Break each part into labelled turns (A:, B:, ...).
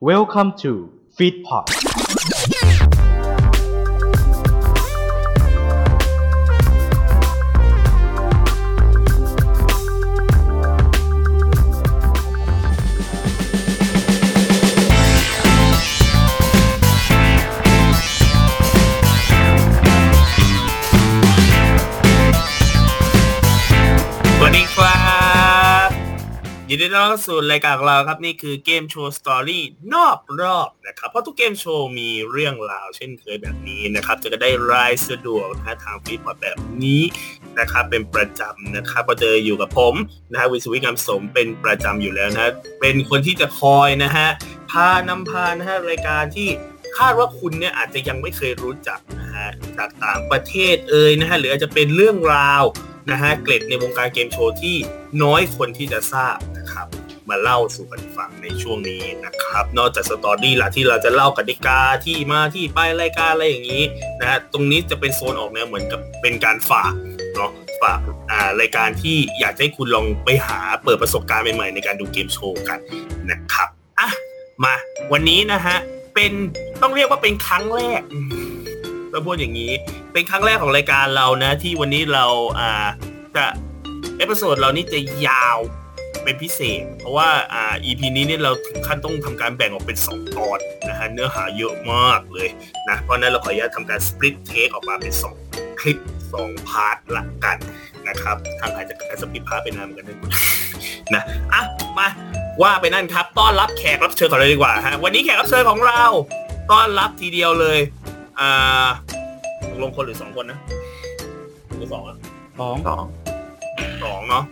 A: Welcome to Feedpot
B: สวัสดีครับยินดีต้อนรับสู่รายการของเราครับนี่คือเกมโชว์สตอรี่นอกรอบนะครับ เพราะทุกเกมโชว์มีเรื่องราวเช่นเคยแบบนี้นะครับ จะได้รายสะดวกนะฮะทางฟีดพอดแบบนี้นะครับ เป็นประจำนะครับก็จะอยู่กับผมนะฮะวิศวิกรรมสมเป็นประจำอยู่แล้วนะ เป็นคนที่จะคอยนะฮะพานำพานะฮะรายการที่คาดว่าคุณเนี่ยอาจจะยังไม่เคยรู้จักนะฮะจากต่างประเทศเอ่ยนะฮะหรืออาจจะเป็นเรื่องราว นะฮะเกร็ดในวงการเกมโชว์ที่น้อยคนที่จะทราบนะครับ มาเล่าสู่กันฟังในช่วงนี้นะครับ นอกจากสตอรี่ละที่เราจะเล่ากติกาที่มาที่ไปรายการอะไรอย่างนี้นะฮะตรงนี้จะเป็นโซนออกแนวเหมือนกับเป็นการฝากเนาะฝากอ่ารายการที่อยากให้คุณลองไปหาเปิดประสบการณ์ใหม่ๆในการดูเกมโชว์กันนะครับอ่ะมาวันนี้นะฮะเป็นต้องเรียกว่าเป็นครั้งแรกอืมต้องพูดอย่างนี้ เป็นครั้งแรกของรายการเรานะ ที่วันนี้เราอ่าจะเอพิโซดเรานี่จะยาวเป็นพิเศษ เพราะว่าอ่า EP นี้เนี่ยเราถึงขั้นต้องทำการแบ่งออกเป็น 2 ตอนนะฮะเนื้อหาเยอะมากเลยนะเพราะฉะนั้นเราขออนุญาตทำการ split take ออกมาเป็น 2 คลิป 2 พาร์ทละกันนะครับทางอาจจะการ split พาร์ทไปนานเหมือนกันนะคุณ นะอ่ะมาว่าไปนั่นครับ ต้อนรับแขกรับเชิญของเราดีกว่าฮะวันนี้แขกรับเชิญของเราต้อนรับทีเดียวเลยอ่า ตกลงคนหรือสองคนนะหรือสองอะ
A: สอง
C: สอง
B: สองเนาะ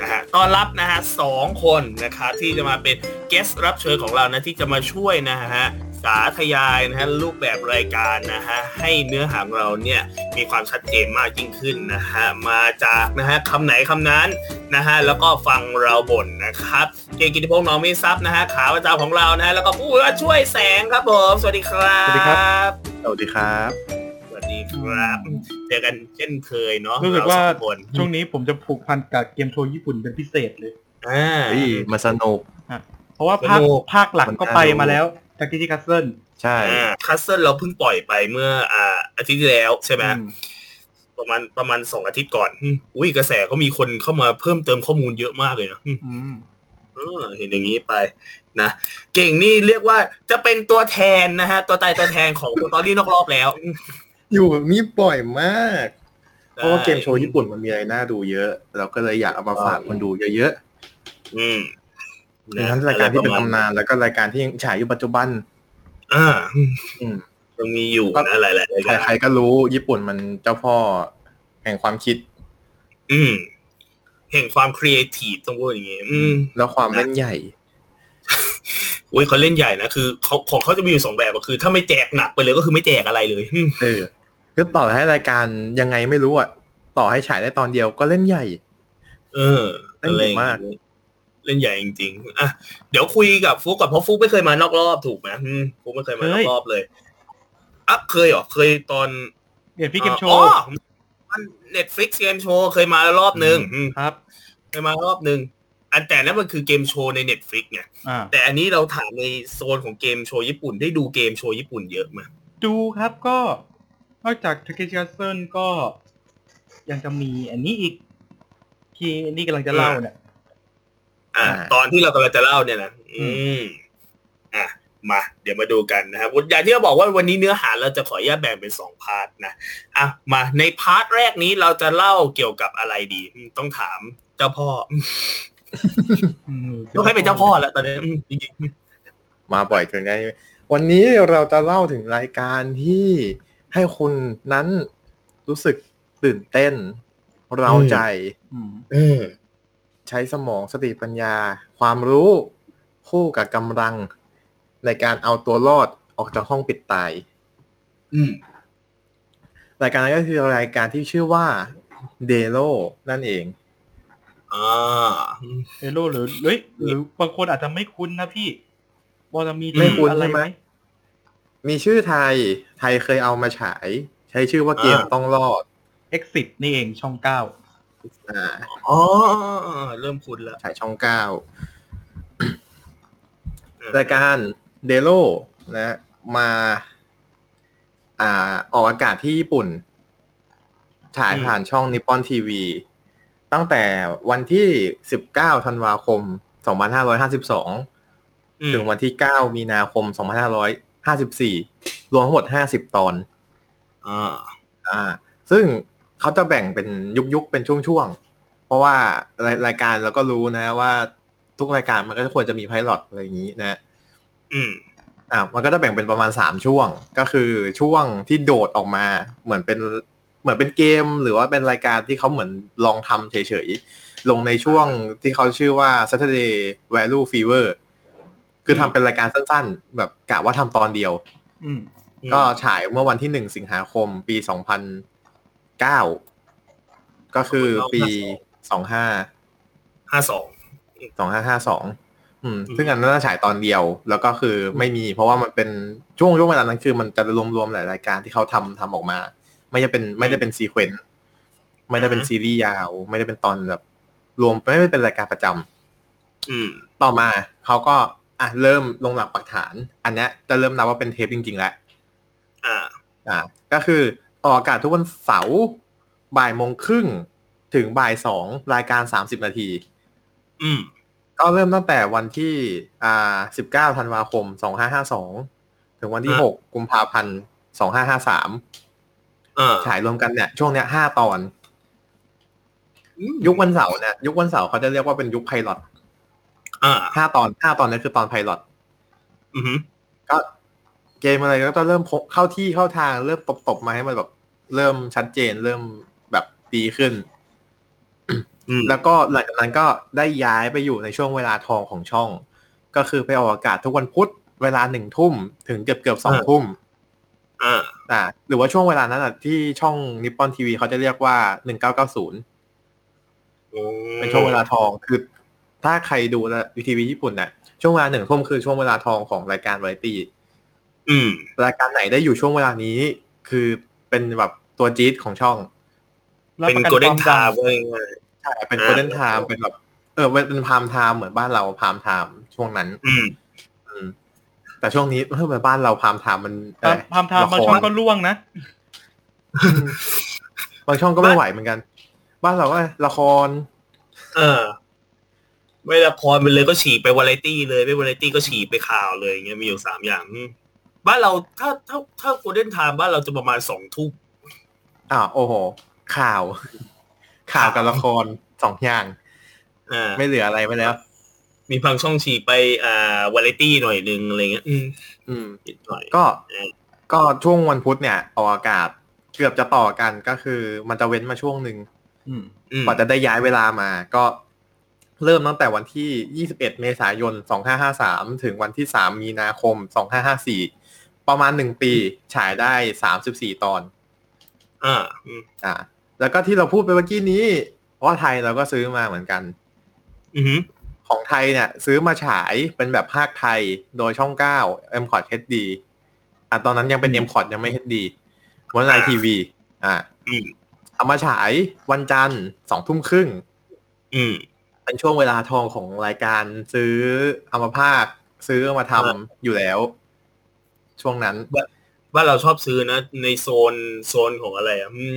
B: นะฮะต้อนรับนะฮะสองคนนะคะที่จะมาเป็นเกสรับเชิญของเรานะที่จะมาช่วยนะฮะสาธยายนะฮะรูปแบบรายการนะฮะให้เนื้อหาของเราเนี่ยมีความชัดเจนมากยิ่งขึ้นนะฮะมาจากนะฮะคำไหนคำนั้นนะฮะแล้วก็ฟังเราบ่นนะครับเกยรติกิติพงษ์หน้องมิตรซับนะฮะขาประจำของเรานะฮะแล้วก็ผู้ช่วยแสงครับผมสวัสดีครับ
A: สวัสดีครับ
C: สวัสดีครับ
B: สวัสดีครับเจอกันเช่นเคยเนาะ
A: รู้สึกว่า
B: เสองคน
A: ช่วงนี้ผมจะผูกพันกับเกมโชว์ญี่ปุ่นเป็นพิเศษเลย
B: อ่า
C: เฮ้ยมาสนุก
A: เพราะว่าภาค
B: สนุก
A: ภาคหลักก็
C: มันน่า
A: ไป
C: ดู
A: มาแล้วจากที่ที่คัสเซิล
C: ใช่
B: อ่าคัสเซิลเราเพิ่งปล่อยไปเมื่ออ่าอาทิตย์ที่แล้วใช่ไหม
A: อืม
B: ประมาณประมาณสองอาทิตย์ก่อนอืมอุ้ยกระแสก็มีคนเข้ามาเพิ่มเติมข้อมูลเยอะมากเลยนะอืม
A: อืม
B: เออเห็นอย่างนี้ไปนะเก่งนี่เรียกว่าจะเป็นตัวแทนนะฮะ ตัวตายตัวแทนของตอนนี้นอกรอบแล้ว
C: อยู่แบบนี้บ่อยมาก เพราะว่าเกมโชว์ญี่ปุ่นมันมีอะไรน่าดูเยอะ เราก็เลยอยากเอามาฝากคนดูเยอะ
B: อืม
C: ๆทั้งรายการที่เป็นตำนานแล้วก็รายการที่ยังฉายอยู่ปัจจุบัน
B: อ่า
C: อืม
B: ยังมีอยู่นะหลายๆรายการ
C: ใครๆก็รู้ญี่ปุ่นมันเจ้าพ่อแห่งความคิด
B: อืมแห่งความครีเอทีฟต้องพูดอย่างงี้ อืม
C: แล้วความเล่นใหญ่
B: อุ้ยเขาเล่นใหญ่นะคือเขาของเขาจะมีอยู่สองแบบก็คือ ถ้าไม่แจกหนักไปเลยก็คือไม่แจกอะไรเลยอืม
C: เออคือต่อให้รายการยังไงไม่รู้อ่ะต่อให้ฉายได้ตอนเดียวก็เล่นใหญ่
B: เออ
C: เล่นใหญ่มาก
B: อะไรอย่งงี้เล่นใหญ่จริงๆอ่ะเดี๋ยวคุยกับฟุกก่อนเพราะฟุกไม่เคยมานอกรอบถูกไหมอืมฟุกไม่เคยมานอกรอบเลยอ่ะเคยเหรอเคยตอน
A: เดี๋ยวพี่เกมโช
B: อ๋อ
A: ว์
B: มันเน็ตฟลิกเกมโชว์เคยมาแล้วรอบหนึ่งอืม
A: ครับ
B: เคยมารอบหนึ่งอันแต่นั้นมันคือเกมโชว์ในเน็ตฟลิกไง
A: อ่า
B: แต่อันนี้เราถามในโซนของเกมโชว์ญี่ปุ่นได้ดูเกมโชว์ญี่ปุ่นเยอะไหม
A: ดูครับก็นอกจากทาเคชิคัสเซิลก็ ยังจะมีอันนี้อีก ที่นี่กำลังจะเล่าเนี่ย
B: อ่า
C: อ่า
B: ตอนที่เรากำลังจะเล่าเนี่ยนะ
A: อื
B: อืมอ่ะมาเดี๋ยวมาดูกันนะครับอย่างที่เราบอกว่าวันนี้เนื้อหาเราจะขออนุญาตแบ่งเป็นสองพาร์ทนะอ่ะมาในพาร์ทแรกนี้เราจะเล่าเกี่ยวกับอะไรดีอืมต้องถามเจ้าพ่ออืม
A: อืม
B: ต้องให้เป็นเจ้าพ่อแล้วตอนนี้อืมจริง
C: มาบ่อยเกินได้วันนี้เราจะเล่าถึงรายการที่ให้คุณนั้นรู้สึกตื่นเต้น เราใจ
A: อืม
B: ๆอืม
C: ใช้สมองสติปัญญา ความรู้คู่กับกำลัง ในการเอาตัวรอดออกจากห้องปิดตาย
B: อืม
C: รายการนั้นก็คือรายการที่ชื่อว่าเดโ o นั่นเอง
B: อ่าอืม
A: เฮโร่หรือเฮ้ยหรือบางคนอาจจะไม่คุ้นนะพี่ว่าจะมี
C: ไม่
A: ชื่อ
C: คุ้น
A: อะไร
C: ใช่ไห
A: ไห
C: ม
A: ม
C: มีชื่อไทยไทยเคยเอามาฉาย ใช้ชื่อว่าเกม
B: อ่า
C: ต้องรอด
A: เอ็กซินี่เองช่องเก้า
C: อ่า
B: อ๋อเริ่มคุ้นแล้ว
C: ฉายช่องเก้า รายการเดโลนะมาอ่าออกอากาศที่ญี่ปุ่น ฉาย
B: อืม
C: ผ่านช่องนิปปอนทีวี ตั้งแต่วันที่ 19 ธันวาคม 2552
B: อืม
C: ถึงวันที่ 9 มีนาคม 2554 รวมทั้งหมด 50 ตอน
B: อ่า
C: อ่า ซึ่งเขาจะแบ่งเป็นยุคยุคๆเป็นช่วงๆ เพราะว่ารายรายการเราก็รู้นะว่าทุกรายการมันก็ควรจะมีไพลอตอะไรอย่างนี้นะ
B: อืม
C: อ่ะมันก็จะแบ่งเป็นประมาณสามช่วง ก็คือช่วงที่โดดออกมา เหมือนเป็นเหมือนเป็นเกม หรือว่าเป็นรายการที่เขาเหมือนลองทำเฉยๆ ลงในช่วงที่เขาชื่อว่า Saturday Value Fever คือทำเป็นรายการสั้นๆ แบบกะว่าทำตอนเดียว
A: อืม
C: ก็ฉายเมื่อวันที่หนึ่งสิงหาคมปีสองพันเก้าก็คือปีสองห้า
B: ห้าสอง
C: สองห้าห้าสอง
B: อืม
C: ซึ่งอันนั้นนะฉายตอนเดียว แล้วก็คือไม่มี เพราะว่ามันเป็นช่วงช่วงเวลานั้นคือมันจะรวมๆหลายรายการที่เขาทำทำออกมา ไม่จะเป็นไม่ได้เป็นซีเควนต์ไม่ได้เป็นซีรีส์ยาว ไม่ได้เป็นตอนแบบ รวมไม่ได้เป็นรายการประจำ
B: อืม
C: ต่อมาเขาก็อ่ะเริ่มลงหลักปักฐาน อันเนี้ยจะเริ่มนับว่าเป็นเทปจริงๆแล้ว
B: อ่า
C: อ่าก็คือออกอากาศทุกวันเสาร์บ่ายโมงครึ่งถึงบ่ายสองรายการสามสิบนาที
B: อืม
C: ก็เริ่มตั้งแต่วันที่อ่าสิบเก้า19ธันวาคมสองห้าห้าสองถึงวันที่
B: อ่ะ
C: หกกุมภาพันธ์สองห้าห้าสาม
B: อ่า
C: ฉายรวมกันเนี่ยช่วงเนี้ยห้าตอน
B: อืม
C: ยุควันเสาร์เนี่ยยุควันเสาร์เขาจะเรียกว่าเป็นยุคไพลอต
B: อ่า
C: ห้าตอนห้าตอนเนี้คือตอนไพลอต
B: อืม
C: ก็เกมอะไรก็เริ่มพกเข้าที่เข้าทางเริ่มตบๆมาให้มันแบบเริ่มชัดเจนเริ่มแบบดีขึ้น
B: อืม
C: แล้วก็หลังจากนั้นก็ได้ย้ายไปอยู่ในช่วงเวลาทองของช่อง ก็คือไปออกอากาศทุกวันพุธเวลาหนึ่งทุ่มถึงเกือบเกือบสองทุ่ม
B: อ่า
C: อ่าหรือว่าช่วงเวลานั้นอ่ะที่ช่องนิปปอนทีวีเขาจะเรียกว่า 1990 เป็นช่วงเวลาทองคือถ้าใครดูวิทีวีญี่ปุ่นน่ะช่วงเวลาหนึ่งทุ่มคือช่วงเวลาทองของรายการวาไรตี้
B: อืม
C: รายการไหนได้อยู่ช่วงเวลานี้ คือเป็นแบบตัวจี๊ดของช่อง
A: รับ
B: เป็น
A: ประกัน
B: โกลเด้
A: คน วาม
B: ทา
A: ดัง
B: เว้ยง่าย
C: ใช่เป็น g o ลเ e ้นไทม์เป็นแบบเออเป็นพามไทม์เหมือนบ้านเราพามไทม์ช่วงนั้น
B: อืม
C: อืม แต่ช่วงนี้ เฮ้ยเหมือนบ้านเราพามไทม์มัน
A: พามพามทามบางช่องก็ล่วงนะ
C: บางช่องก็ไม่ไหวเหมือนกัน บ้านเราก็ละคร
B: เออ ไม่ละครไปเลยก็ฉีกไปวาไรตี้เลยไม่วาไรตี้ก็ฉีกไปข่าวเลยอย่างเงี้ยมีอยู่สามอย่างอืมบ้านเราถ้าถ้าถ้าโกลเด้นไทม์บ้านเราจะประมาณสองทุ่ม
C: อ่าวโอ้โห ข่าว ข่าวกับละครสองอย่าง
B: อ่า
C: ไม่เหลืออะไรไปแล้ว
B: มีพังช่องฉีกไปอ่าวาไรตี้หน่อยหนึงอะไรเงี้ยอืม
C: อืม
B: นิดหน่อย
C: ก็
B: เออ
C: ก็ช่วงวันพุธเนี่ยออกอากาศเกือบจะต่อกันก็คือ มันจะเว้นมาช่วงหนึ่ง
A: อืม
B: อืม
C: กว่าจะได้ย้ายเวลามา ก็เริ่มตั้งแต่วันที่ 21 เมษายน 2553 ถึงวันที่ 3 มีนาคม 2554 ประมาณ 1 ปี ฉายได้ 34 ตอน
B: อ่าอืม
C: อ่า แล้วก็ที่เราพูดไปเมื่อกี้นี้ว่าไทยเราก็ซื้อมาเหมือนกัน
B: อืม
C: ของไทยเนี่ยซื้อมาฉายเป็นแบบภาคไทยโดยช่อง 9 m c o t HD อ่ะตอนนั้นยังเป็น m c o t ยังไม่ HD วันไลทีวีอ่ะ
B: อืม
C: เอามาฉายวันจันทร์สองทุ่มครึ่ง
B: อืม
C: เป็นช่วงเวลาทองของรายการซื้อเอามาภาค ซื้อเอามาทำอยู่แล้ว ช่วงนั้น
B: บ้านเราชอบซื้อนะ ในโซนโซนของอะไรอ่ะอืม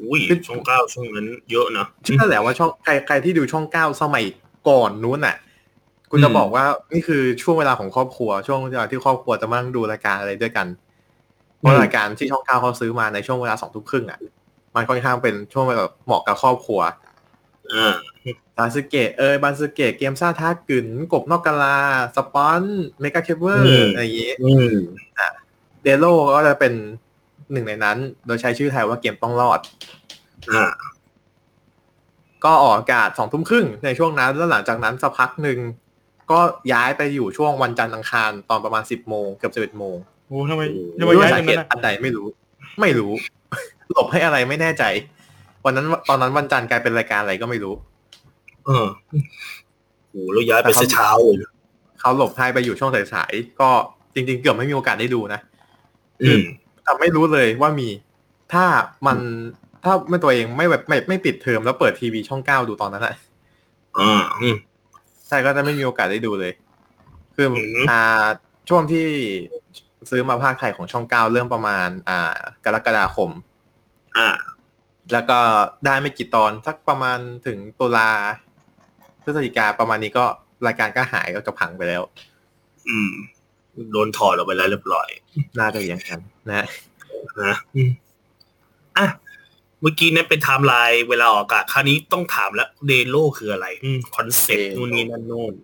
B: อุ้ย
C: คือ
B: ช่องเก้าช่วงนั้นเยอะนะ
C: เชื่อแหละว่าช่องใครใครที่ดูช่อง 9 สมัยก่อนนู้นน่ะ คุณจะ
B: อืม
C: บอกว่านี่คือช่วงเวลาของครอบครัว ช่วงเวลาที่ครอบครัวจะมานั่งดูรายการอะไรด้วยกัน เพราะรายการที่ช่องเก้าเขาซื้อมาในช่วงเวลาสองทุ่มครึ่งอ่ะ มันค่อนข้างเป็นช่วงเวลาแบบเหมาะกับครอบครัว
B: อ่า
C: บาสึเกะเอยบาสึเกะเกมซ่าท้ากึนกบนอกกาลา สปอนเมกาเคเบิล
B: อืม
C: อะไรอย่างงี้
B: อืม
C: เดโลก็จะเป็นหนึ่งในนั้น โดยใช้ชื่อไทยว่าเกมต้องรอด
B: อ่า
C: ก็ออกอากาศสองทุ่มครึ่งในช่วงนั้น แล้วหลังจากนั้นสักพักหนึ่ง ก็ย้ายไปอยู่ช่วงวันจันทร์อังคารตอนประมาณสิบโมงเกือบสิบเอ็ดโมง
A: โอ้ทำไม
B: โอ้
A: ทำไม
C: ด้ว
A: ย้าย ยต
C: สา
A: ร
C: เห
A: งนั้น
C: ตุ
A: อะ
C: อันใดไม่รู้ ไม่รู้ หลบให้อะไรไม่แน่ใจ วันนั้นตอนนั้นวันจันทร์กลายเป็นรายการอะไรก็ไม่รู้
B: เออโหแล้วย้ายไปซะเช้าเลยนะ
C: เขาหลบให้ไปอยู่ช่วงสายๆก็จริง ๆ เกือบไม่มีโอกาสได้ดูนะ
B: อืม
C: แต่ไม่รู้เลยว่ามี ถ้ามันถ้าไม่ตัวเองไม่แบบไม่ไม่ปิดเทอมแล้วเปิดทีวีช่องเก้าดูตอนนั้นอะ
B: อ่าอืม
C: ใช่ก็จะไม่มีโอกาสได้ดูเลย ค คือ
B: อือฮึ
C: อ่าช่วงที่ซื้อมาภาคไทยของช่องเก้าเริ่มประมาณ อ่ากรกฎาคม
B: อ่า
C: แล้วก็ได้ไม่กี่ตอนสักประมาณถึงตุลาพฤศจิกาประมาณนี้ก็รายการก็หายก็จะพังไปแล้ว
B: อืม โดนถอดออกไปแล้วเรียบร้อย
C: น่าจะอย่างนั้นนะฮะ
B: นะอืมอ่ะเมื่อกี้เนี่ยเป็นไทม์ไลน์เวลาออกอากาศคราวนี้ต้องถามแล้วเดโลคืออะไรคอนเซ็ปต์นู่นนี่นั่นโน่น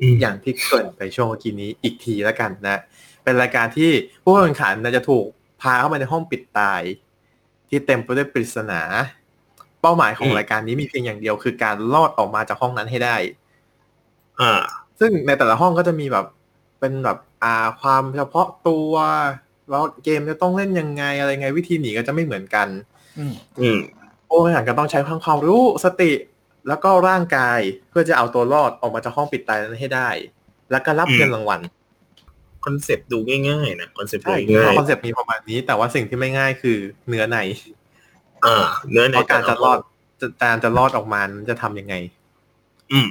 B: อืม
C: อย่างที่เกรินไปช่วงเมื่อกี้นี้อีกทีแล้วกันนะ เป็นรายการที่ผู้แข่งขันน่ะจะถูกพาเข้าไปในห้องปิดตาย ที่เต็มไปด้วยปริศนา เป้าหมายของ
B: อืม
C: รายการนี้มีเพียงอย่างเดียวคือการรอดออกมาจากห้องนั้นให้ได้
B: อ่า
C: ซึ่งในแต่ละห้องก็จะมีแบบเป็นแบบอ่าความเฉพาะตัวแล้วเกมจะต้องเล่นยังไงอะไรไงวิธีหนีก็จะไม่เหมือนกัน
A: อืม
B: อืม
C: ผู้แข่งขันก็ต้องใช้ทั้งความรู้สติแล้วก็ร่างกายเพื่อจะเอาตัวรอดออกมาจากห้องปิดตายนั้นให้ได้ แล้วก็รับ
B: อืม
C: เงินรางวัล
B: คอนเซปต์ดูง่ายๆนะคอนเซปต์ดู
C: ใช่
B: ง่าย
C: คอนเซปต์มีประมาณนี้ แต่ว่าสิ่งที่ไม่ง่ายคือเนื้อใน
B: ๆอ่า เนื้อใน
C: เพราะการ
B: แต่ล
C: จะรอดจะการจะรอดออกมานั้นจะทำยังไง
B: อืม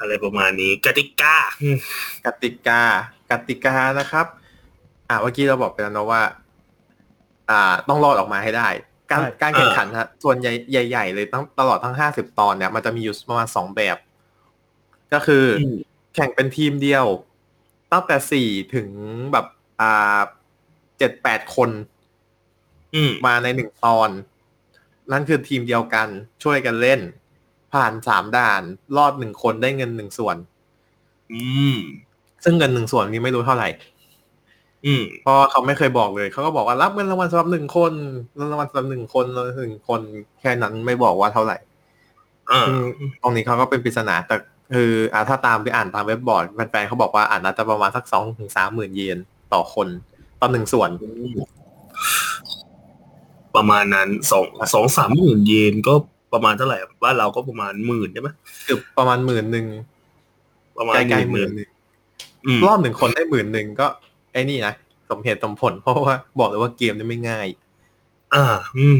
B: อะไรประมาณนี้กติกาอืม
C: กติกากติกานะครับ อ่าเมื่อกี้เราบอกไปแล้วเนอะว่า อ่า ต้องรอดออกมาให้ได้ การการแข่งขันฮะส่วนใหญ่ใหญ่ๆเลยตั้งตลอดทั้งห้าสิบตอนเนี่ยมันจะมีอยู่ประมาณสองแบบ ก็คืออ
B: ม
C: แข่งเป็นทีมเดียว ตั้งแต่สี่ถึงแบบอ่าเจ็ดแปดคน
B: อืม
C: มาในหนึ่งตอน นั่นคือทีมเดียวกันช่วยกันเล่น ผ่านสามด่าน รอดหนึ่งคนได้เงินหนึ่งส่วน
B: อืม
C: ซึ่งเงินหนึ่งส่วนนี้ไม่รู้เท่าไหร่
B: อืม
C: เพราะเขาไม่เคยบอกเลย เขาก็บอกว่ารับเงินรางวัลสำหรับหนึ่งคนเงินรางวัลสำหรับหนึ่งคนหนึ่งคนแค่นั้นไม่บอกว่าเท่าไหร่
B: อ่า
C: ซึ่งตรงนี้เขาก็เป็นปริศนาแต่คืออ่าถ้าตามไปอ่านตามเว็บบอร์ดแฟนๆเขาบอกว่าอ่านน่าจะประมาณสักสองถึงสามหมื่นเยนต่อคนต่อหนึ่งส่วน
B: ประมาณนั้นสองสองสามหมื่นเยนก็ประมาณเท่าไหร่บ้านเราก็ประมาณหมื่นใช่ไหม
C: คือประมาณหมื่นหนึ่ง
B: ประมาณ
C: ใกล้ๆหมื่นหนึ่ง
B: อืม
C: รอบหนึ่งคนได้หมื่นหนึ่งก็ไอ้นี่นะสมเหตุสมผล เพราะว่าบอกเลยว่าเกมนี่ไม่ง่าย
B: อ่า อืม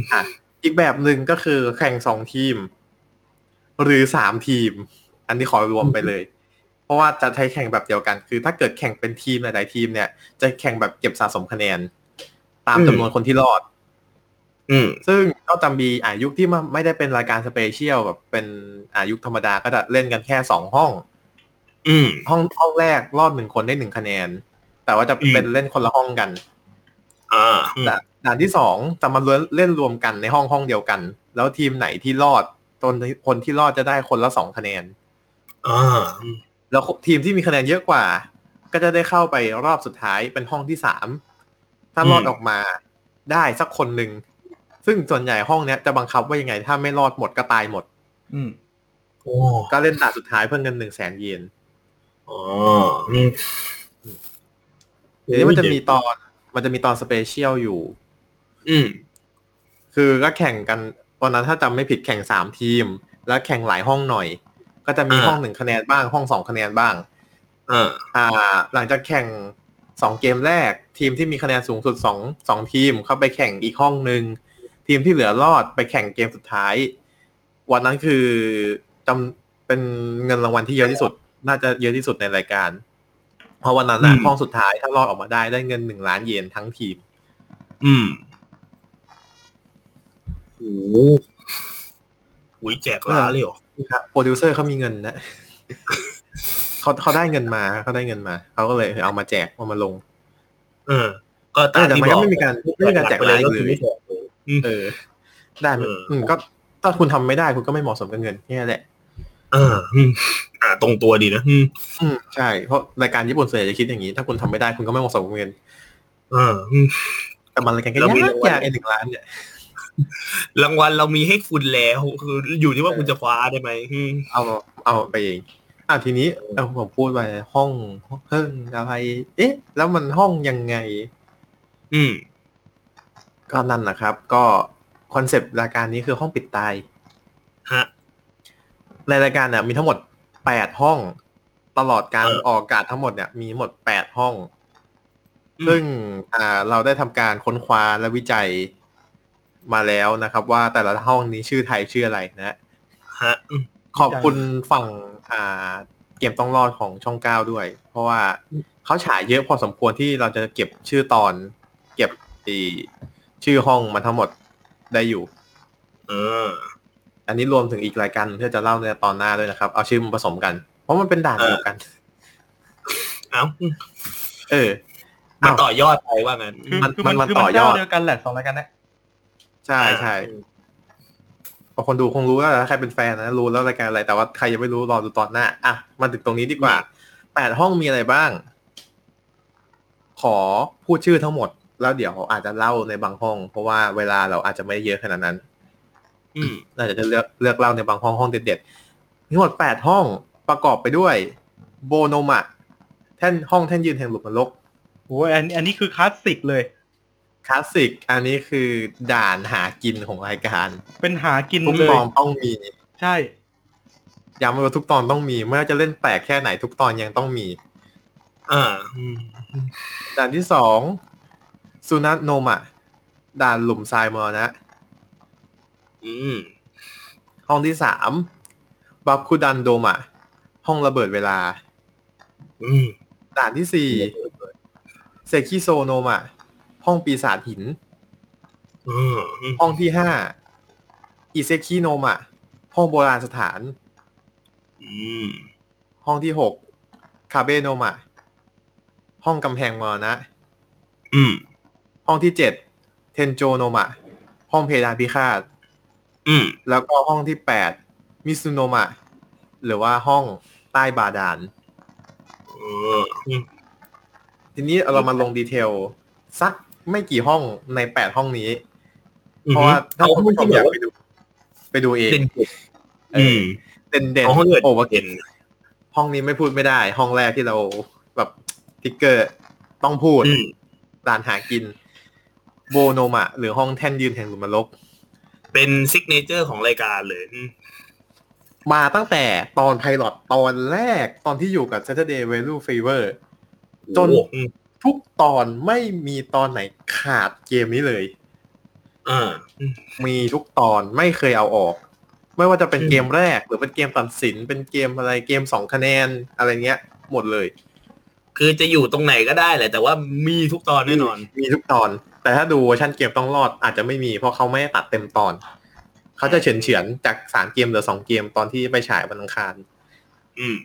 C: อีกแบบหนึ่งก็คือแข่งสองทีม หรือสามทีม อันนี้ขอรวมไปเลย เพราะว่าจะใช้แข่งแบบเดียวกัน คือถ้าเกิดแข่งเป็นทีมหลายๆทีมเนี่ย จะแข่งแบบเก็บสะสมคะแนน ตาม
B: อืม
C: จำนวนคนที่รอด
B: อืม
C: ซึ่งก็จะมีอายุคที่มันไม่ได้เป็นรายการสเปเชียลแบบเป็นอายุคธรรมดาก็จะเล่นกันแค่สองห้อง
B: อืม
C: ห้องห้องแรกรอดหนึ่งคนได้หนึ่งคะแนน แต่ว่าจะเป็นเล่นคนละห้องกัน
B: อ่า
C: ด่านด่านที่สองจะมาเล่นรวมกันในห้องห้องเดียวกัน แล้วทีมไหนที่รอดตนคนที่รอดจะได้คนละสองคะแนน
B: อ่าอืม
C: แล้วทีมที่มีคะแนนเยอะกว่า ก็จะได้เข้าไปรอบสุดท้ายเป็นห้องที่สามถ้ารอดออกมาได้สักคนหนึ่งซึ่งส่วนใหญ่ห้องเนี้ยจะบังคับว่ายังไง ถ้าไม่รอดหมดก็ตายหมด
A: อืม
B: โอ้
C: ก็เล่นด่านสุดท้ายเพื่อเงินหนึ่งแสนเยน
B: อ๋ออืม
C: เดี๋ยวนี้มันจะมีตอนมันจะมีตอนสเปเชียลอยู่
B: อืม
C: คือก็แข่งกันวันนั้นถ้าจำไม่ผิดแข่งสามทีม แล้วแข่งหลายห้องหน่อย ก็จะมี
B: อ่า
C: ห้องหนึ่งคะแนนบ้างห้องสองคะแนนบ้าง
B: อ่า
C: อ่า หลังจากแข่งสองเกมแรก ทีมที่มีคะแนนสูงสุดสองสองทีมเข้าไปแข่งอีกห้องหนึ่งทีมที่เหลือรอดไปแข่งเกมสุดท้าย วันนั้นคือจำเป็นเงินรางวัลที่เยอะที่สุด น่าจะเยอะที่สุดในรายการ เพราะวันนั้นน่ะห้องสุดท้ายถ้ารอดออกมาได้ได้เงินหนึ่งล้านเยนทั้งทีม
B: อืมโอ้โหอุ้ยแจกล้าเลยเหรอ
C: ครับโปรดิวเซอร์เขามีเงินนะ เขาเขาได้เงินมาเขาได้เงินมา เขาก็เลยเอามาแจกเอามาลง
B: เออ ก็ตาม
C: แต่
B: ที่
C: มัน
B: บ
C: ก็
B: อก
C: ไม่มีการไม่มีการแจกราย
B: ก็
C: เล
B: คือย ไม่แจกเลย
C: เออ ได้ไหม
B: เอออื
C: มก็ถ้าคุณทำไม่ได้คุณก็ไม่เหมาะสมกับเงินแค่นั้นแหละ
B: อ่าอืมอ่า ตรงตัวดีนะอืม
C: อืมใช่เพราะรายการญี่ปุ่นส่วนใหญ่จะคิดอย่างนี้ ถ้าคุณทำไม่ได้คุณก็ไม่เหมาะสมกับเงิน
B: อ่าอืม
C: แต่มันรายการก็
B: แล้ว
C: ยาร
B: มีาก งวัล
C: ยากไอ้หนึ่งล้านเนี่ย
B: รางวัลเรามีให้คุณแล้วคืออยู่ที่ว่าคุณจะคว้าได้ไหมอืม
C: เอาเอาไปเองอ่ะทีนี้เอาผมพูดไปห้องเพิ่งอะไร เอ๊ะ แล้วมันห้องยังไง
B: อืม
C: ก็นั่นนะครับ ก็คอนเซปต์รายการนี้คือห้องปิดตาย
B: ฮะ
C: ในรายการเนี่ยมีทั้งหมดแปดห้อง ตลอดการ
B: เออ
C: ออกอากาศทั้งหมดเนี่ยมีทั้งหมดแปดห้อง
B: อืม
C: ซึ่งอ่าเราได้ทำการค้นคว้าและวิจัยมาแล้วนะครับ ว่าแต่ละห้องนี้ชื่อไทยชื่ออะไรนะ
B: ฮะอืม
C: ขอบคุณฝั่งอ่า เกมต้องรอดของช่องเก้าด้วย เพราะว่าเขาฉายเยอะพอสมควรที่เราจะเก็บชื่อตอน เก็บอีชื่อห้องมันทั้งหมดได้อยู่
B: เออ
C: อันนี้รวมถึงอีกรายการหนึ่งที่จะเล่าในตอนหน้าด้วยนะครับ เอาชื่อมันผสมกัน เพราะมันเป็นด่านเดียวกัน
B: เอ้า
C: เออ
B: มา
C: อ้าว
B: ต่อยอดไปว่างั้น
A: คือ
C: มัน
A: คือ
C: มันมัน
A: คือ
C: ต่อยอด
A: เจ้าเดียวกันแหละสองรายการเนะ
C: ใช่ใช่พอคนดูคงรู้แล้วนะใครเป็นแฟนนะรู้แล้วรายการอะไร แต่ว่าใครยังไม่รู้รอดูตอนหน้า อ่ะ มาถึงตรงนี้ดีกว่า แปดห้องมีอะไรบ้าง ขอพูดชื่อทั้งหมด แล้วเดี๋ยวอาจจะเล่าในบางห้อง เพราะว่าเวลาเราอาจจะไม่ได้เยอะขนาดนั้น
B: อืม
C: เราจะเลือกเลือกเล่าในบางห้องห้องเด็ดๆทั้งหมดแปดห้องประกอบไปด้วย โบโนมะ แท่นห้องแท่นยืนแห่งหลุมนรก
A: โอ้ยอันอันนี้คือคลาสสิกเลย
C: คลาสสิก อันนี้คือด่านหากินของรายการ
A: เป็นหากิน
C: ทุก
A: เล
C: ต
A: ย
C: อนต้องมี
A: ใช่
C: ย้ำว่าทุกตอนต้องมี ไม่ว่าจะเล่นแปลกแค่ไหนทุกตอนยังต้องมี
B: อ่า
C: ด่านที่สองซูนัตโนมะ ด่านหลุมทรายมรณะ
B: อืม
C: ห้องที่สามบับคุดันโดมะ ห้องระเบิดเวลา
B: อืม
C: ด่านที่สี่เซคิโซโนมะ ห้องปีศาจหิน
B: อืมอืม
C: ห้องที่ห้าอิเซคิโนมะ ห้องโบราณสถาน
B: อืม
C: ห้องที่หกคาเบโนมะ ห้องกำแพงมรณะ
B: อืม
C: ห้องที่เจ็ดเทนโจโนมะ ห้องเพดานพิฆาต
B: อืม
C: แล้วก็ห้องที่แปดมิซุโนมะ หรือว่าห้องใต้บาดาล
B: เอออืม
C: ทีนี้เรามาลงดีเทล สักไม่กี่ห้องในแปดห้องนี้ เพราะว่าถ้าคุณผู้ชมอยากไปดู ไปดูเอง
B: เด่นเด่นอืม
C: เออเด่นเด่น
B: เอาห้องเด่น
C: โอเวอร์
B: เด่น
C: ห้องนี้ไม่พูดไม่ได้ ห้องแรกที่เราแบบทิกเกอร์ต้องพูด
B: อืม
C: ร้านหากิน โบโนมะ หรือห้องแท่นยืนแห่งหลุมนรก
B: เป็นซิกเนเจอร์ของรายการเลยอืม
C: มาตั้งแต่ตอนไพลอตตอนแรกตอนที่อยู่กับ Saturday Value Fever จน
B: โอ้โหอืม
C: ทุกตอนไม่มีตอนไหนขาดเกมนี้เลย
B: อ่าอืม
C: มีทุกตอนไม่เคยเอาออก ไม่ว่าจะเป็น
B: อืม
C: เกมแรก หรือเป็นเกมตัดสิน เป็นเกมอะไรเกมสองคะแนนอะไรเงี้ย หมดเลย
B: คือจะอยู่ตรงไหนก็ได้แหละ แต่ว่ามีทุกตอนแน่นอน
C: มีทุกตอน แต่ถ้าดูเวอร์ชันเกมต้องรอดอาจจะไม่มีเพราะเขาไม่ได้ตัดเต็มตอน เขาจะเฉือนเฉือนๆจากสามเกมเหลือสองเกมตอนที่ไปฉายวันอังคาร
B: อืม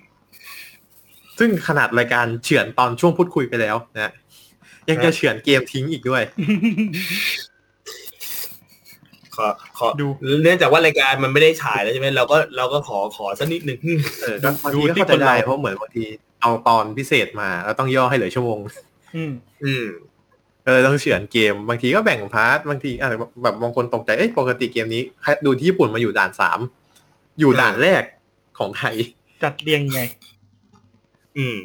C: ซึ่งขนาดรายการเฉือนตอนช่วงพูดคุยไปแล้วนะยังจะเฉือนเกมทิ้งอีกด้วย
B: ขอขอ
A: ดู
B: เนื่องจากว่ารายการมันไม่ได้ฉายแล้วใช่ไหมเราก็เราก็ขอขอสักนิดหนึ่งอื ม
C: เออก็บางที
A: ดู
C: ก็
A: ที่
C: เข้า
A: คน
C: ใจ
A: เรา
C: ได้เพราะเหมือนบางทีเอาตอนพิเศษมา แล้วต้องย่อให้เหลือชั่วโมง
A: อืม
B: อืม
C: เออต้องเฉือนเกม บางทีก็แบ่งพาร์ทบางทีอ่ะแบบบางคนตกใจเอ้ยปกติเกมนี้ใครดูที่ญี่ปุ่นมาอยู่ด่านสามอยู่ด่านแรกของไทย
A: จัดเรียงยังไง
B: อืม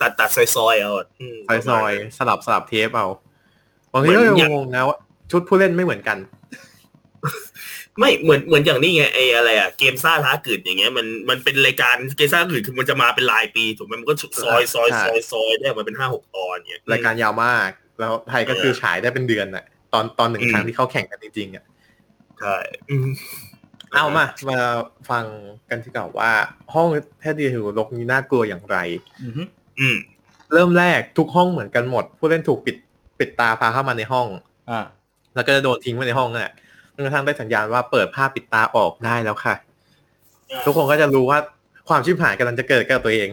B: ตัดตัดซอยซอยๆเอาอืม
C: ซอยซอยสลับสลับเทปเอาบางทีก็
B: เหมือนอย่าง
C: งงนะว่าชุดผู้เล่นไม่เหมือนกัน
B: ไม่เหมือนเหมือนอย่างนี้ไงไออะไรอะเกมซ่าท้าเกิดอย่างเงี้ยมันมันเป็นรายการเกมซ่าเกิดคือมันจะมาเป็นรายปีถูกไหมมันก็ซอยซอย
C: ใช่
B: ซอยซอยได้มาเป็นห้าหกตอนเนี่ย
C: รายการยาวมาก แล้วไทยก็คือฉายได้เป็นเดือนน่ะตอนตอนหนึ่งครั้งที่เขาแข่งกันจริงๆอ่ะ
B: ใช่อืม
C: เอามา มาฟังกันที่ก่อนว่า ห้องแพทย์ดีถือลกนี้น่ากลัวอย่างไร
A: อือฮึ
B: อืม
C: เริ่มแรกทุกห้องเหมือนกันหมด ผู้เล่นถูกปิดปิดตาพาเข้ามาในห้อง
A: อ่า
C: แล้วก็จะโดนทิ้งไว้ในห้องนั่นแหละจนกระทั่งได้สัญญาณว่าเปิดผ้าปิดตาออกได้แล้วค่ะ
B: อ่า
C: ทุกคนก็จะรู้ว่าความชิบหายกำลังจะเกิดกับตัวเอง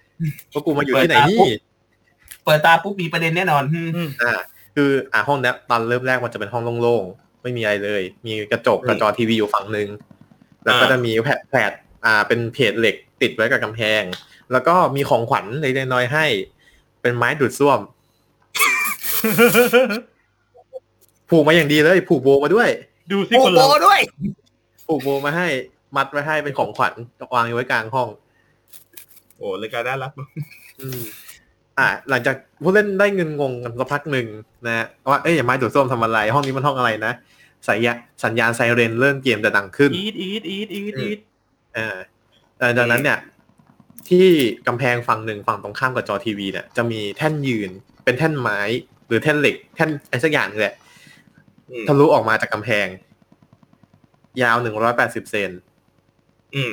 C: ว่ากูมาอยู่ที่ไหนนี่
B: เปิดตาปุ๊บมีประเด็นแน่นอนอืม
A: อืม
C: อ่า คืออ่าห้องเนี้ยตอนเริ่มแรกมันจะเป็นห้องโล่งๆ ไม่มีอะไรเลย มีกระจกกระจอทีวีอยู่ฝั่งหนึ่งแล้วก็จะมีแผดแผดอ่า เป็นเพจเหล็กติดไว้กับกำแพง แล้วก็มีของขวัญเล็กๆน้อยๆให้ เป็นไม้ดูดซ่วม ผูกมาอย่างดีเลย ผูกโบมาด้วย
A: ดูสิ
B: โอ้
A: คน
B: โห
A: เรา
B: ด้วย
C: ผูกโบมาให้มัดไว้ให้เป็นของขวัญวางไว้กลางห้อง
B: โอ้รายการน่ารักมาก
C: อืมอ่า หลังจากผู้เล่นได้เงินงงกันสักพักหนึ่งนะฮะว่าเอ้ยไม้ดูดซ่วมทำอะไร ห้องนี้มันห้องอะไรนะสัญญาสัญญาณไซเรนเริ่มเกมจะดังขึ้น
A: อีทอีทอีทอีทอีท
C: อ่าเอ่อดังนั้นเนี่ย ที่กำแพงฝั่งหนึ่งฝั่งตรงข้ามกับจอทีวีเนี่ยจะมีแท่นยืนเป็นแท่นไม้ หรือแท่นเหล็ก แท่นอะไรสักอย่างนี่แหละ
B: อืม
C: ทะลุออกมาจากกำแพง ยาวหนึ่งร้อยแปดสิบเซน
B: อืม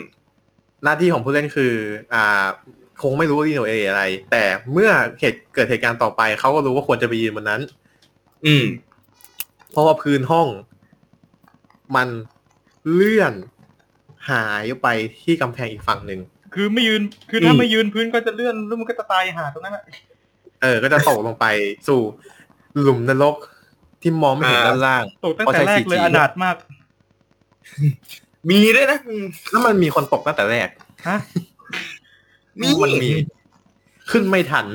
C: หน้าที่ของผู้เล่นคืออ่าคงไม่รู้ว่ารีโนเออะไร แต่เมื่อเหตุเกิดเหตุการณ์ต่อไปเขาก็รู้ว่าควรจะไปยืนบนนั้น
B: อืม
C: เพราะว่าพื้นห้อง มันเลื่อนหายไปที่กำแพงอีกฝั่งหนึ่ง
A: คือไม่ยืน คือถ้า
B: อืม
A: ไม่ยืนพื้นก็จะเลื่อนแล้วมันก็จะตายหาตรงนั้นอะ
C: เออ ก็จะตกลงไปสู่หลุมนรกที่มองไม่เห็นด้านล่าง
A: ตกตั้งแต่แรกเลย
C: พอใช้ CG
A: อนาถมาก
B: มีด้วยนะอืม
C: แล้วมันมีคนตกตั้งแต่แรก
A: ฮะ
B: มี
C: มันมี ขึ้นไม่ทัน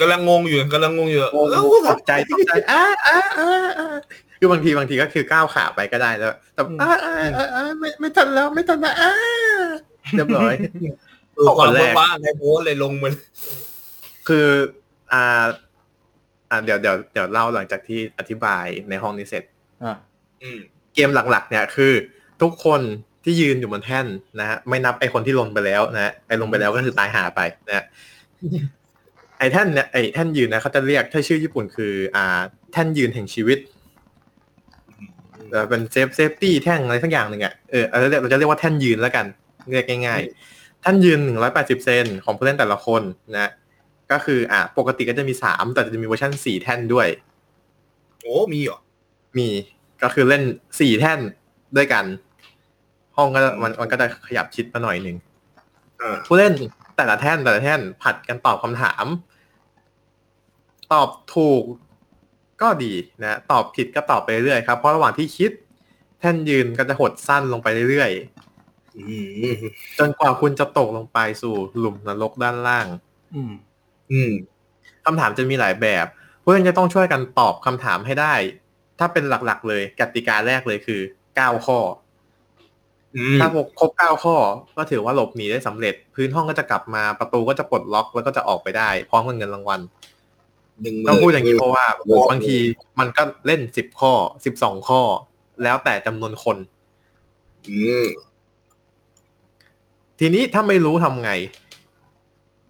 B: กำลังงงอยู่กำลังงงอยู่เอ้า
C: ตกใจตกใจอ้าอ้าอ้าอ้าคือบางทีบางทีก็คือก้าวขาไปก็ได้แล้ว แต่อ้าอ้าอ้าอ้าไม่ไม่ทันแล้วไม่ทันนะอ้าเรียบร้อย
B: เออ
C: ตก
B: ความ
C: คนแรก
B: ว่างไงโพสเลยลงมาเลย
C: คืออ่าอ่าเดี๋ยวเดี๋ยวเดี๋ยวเล่าหลังจากที่อธิบายในห้องนี้เสร็จ
A: อ่ะ
B: อืม
C: เกมหลักๆ เนี่ยคือ ทุกคนที่ยืนอยู่บนแท่นนะฮะไม่นับไอคนที่ลงไปแล้วนะฮะไอลงไปแล้วก็คือตายหาไปนะฮะไอแท่นเนี่ยไอแท่นยืนนะเขาจะเรียกถ้าชื่อญี่ปุ่นคือ อ่า แท่นยืนแห่งชีวิตเออเป็นเซฟเซฟตี้แท่งอะไรสักอย่างหนึ่งอ่ะเออเราเรียกเราจะเรียกว่าแท่นยืนแล้วกันเรียกง่ายๆแท่นยืนหนึ่งร้อยแปดสิบเซนของผู้เล่นแต่ละคนนะฮะก็คืออ่าปกติก็จะมีสามแต่จะมีเวอร์ชันสี่แท่นด้วย
B: โอ้มีเหรอ
C: มีก็คือเล่นสี่แท่นด้วยกัน ห้องก็มันมันก็จะขยับชิดมาหน่อยหนึ่ง
B: อ่า
C: ผู้เล่นแต่ละแท่นแต่ละแท่นผัดกันตอบคำถาม ตอบถูกก็ดีนะตอบผิดก็ตอบไปเรื่อยครับ เพราะระหว่างที่คิด แท่นยืนก็จะหดสั้นลงไปเรื่อย
B: อืม
C: ๆจนกว่าคุณจะตกลงไปสู่หลุมนรกด้านล่าง
A: อืม
B: อืม
C: คำถามจะมีหลายแบบเพื่อนจะต้องช่วยกันตอบคำถามให้ได้ ถ้าเป็นหลักๆ เลยกติกาแรกเลยคือเก้าข้อ
B: อืม
C: ถ้าครบเก้าข้อก็ถือว่าหลบหนีได้สำเร็จ พื้นห้องก็จะกลับมาประตูก็จะปลดล็อกแล้วก็จะออกไปได้ พร้อมกับเงินรางวัล
B: หนึ่งหมื่น
C: ต้องพูดอย่างนี้เพราะว่า
B: โอ้โห
C: บางทีมันก็เล่นสิบข้อสิบสองข้อ แล้วแต่จำนวนคน
B: อืม
C: ทีนี้ถ้าไม่รู้ทำไง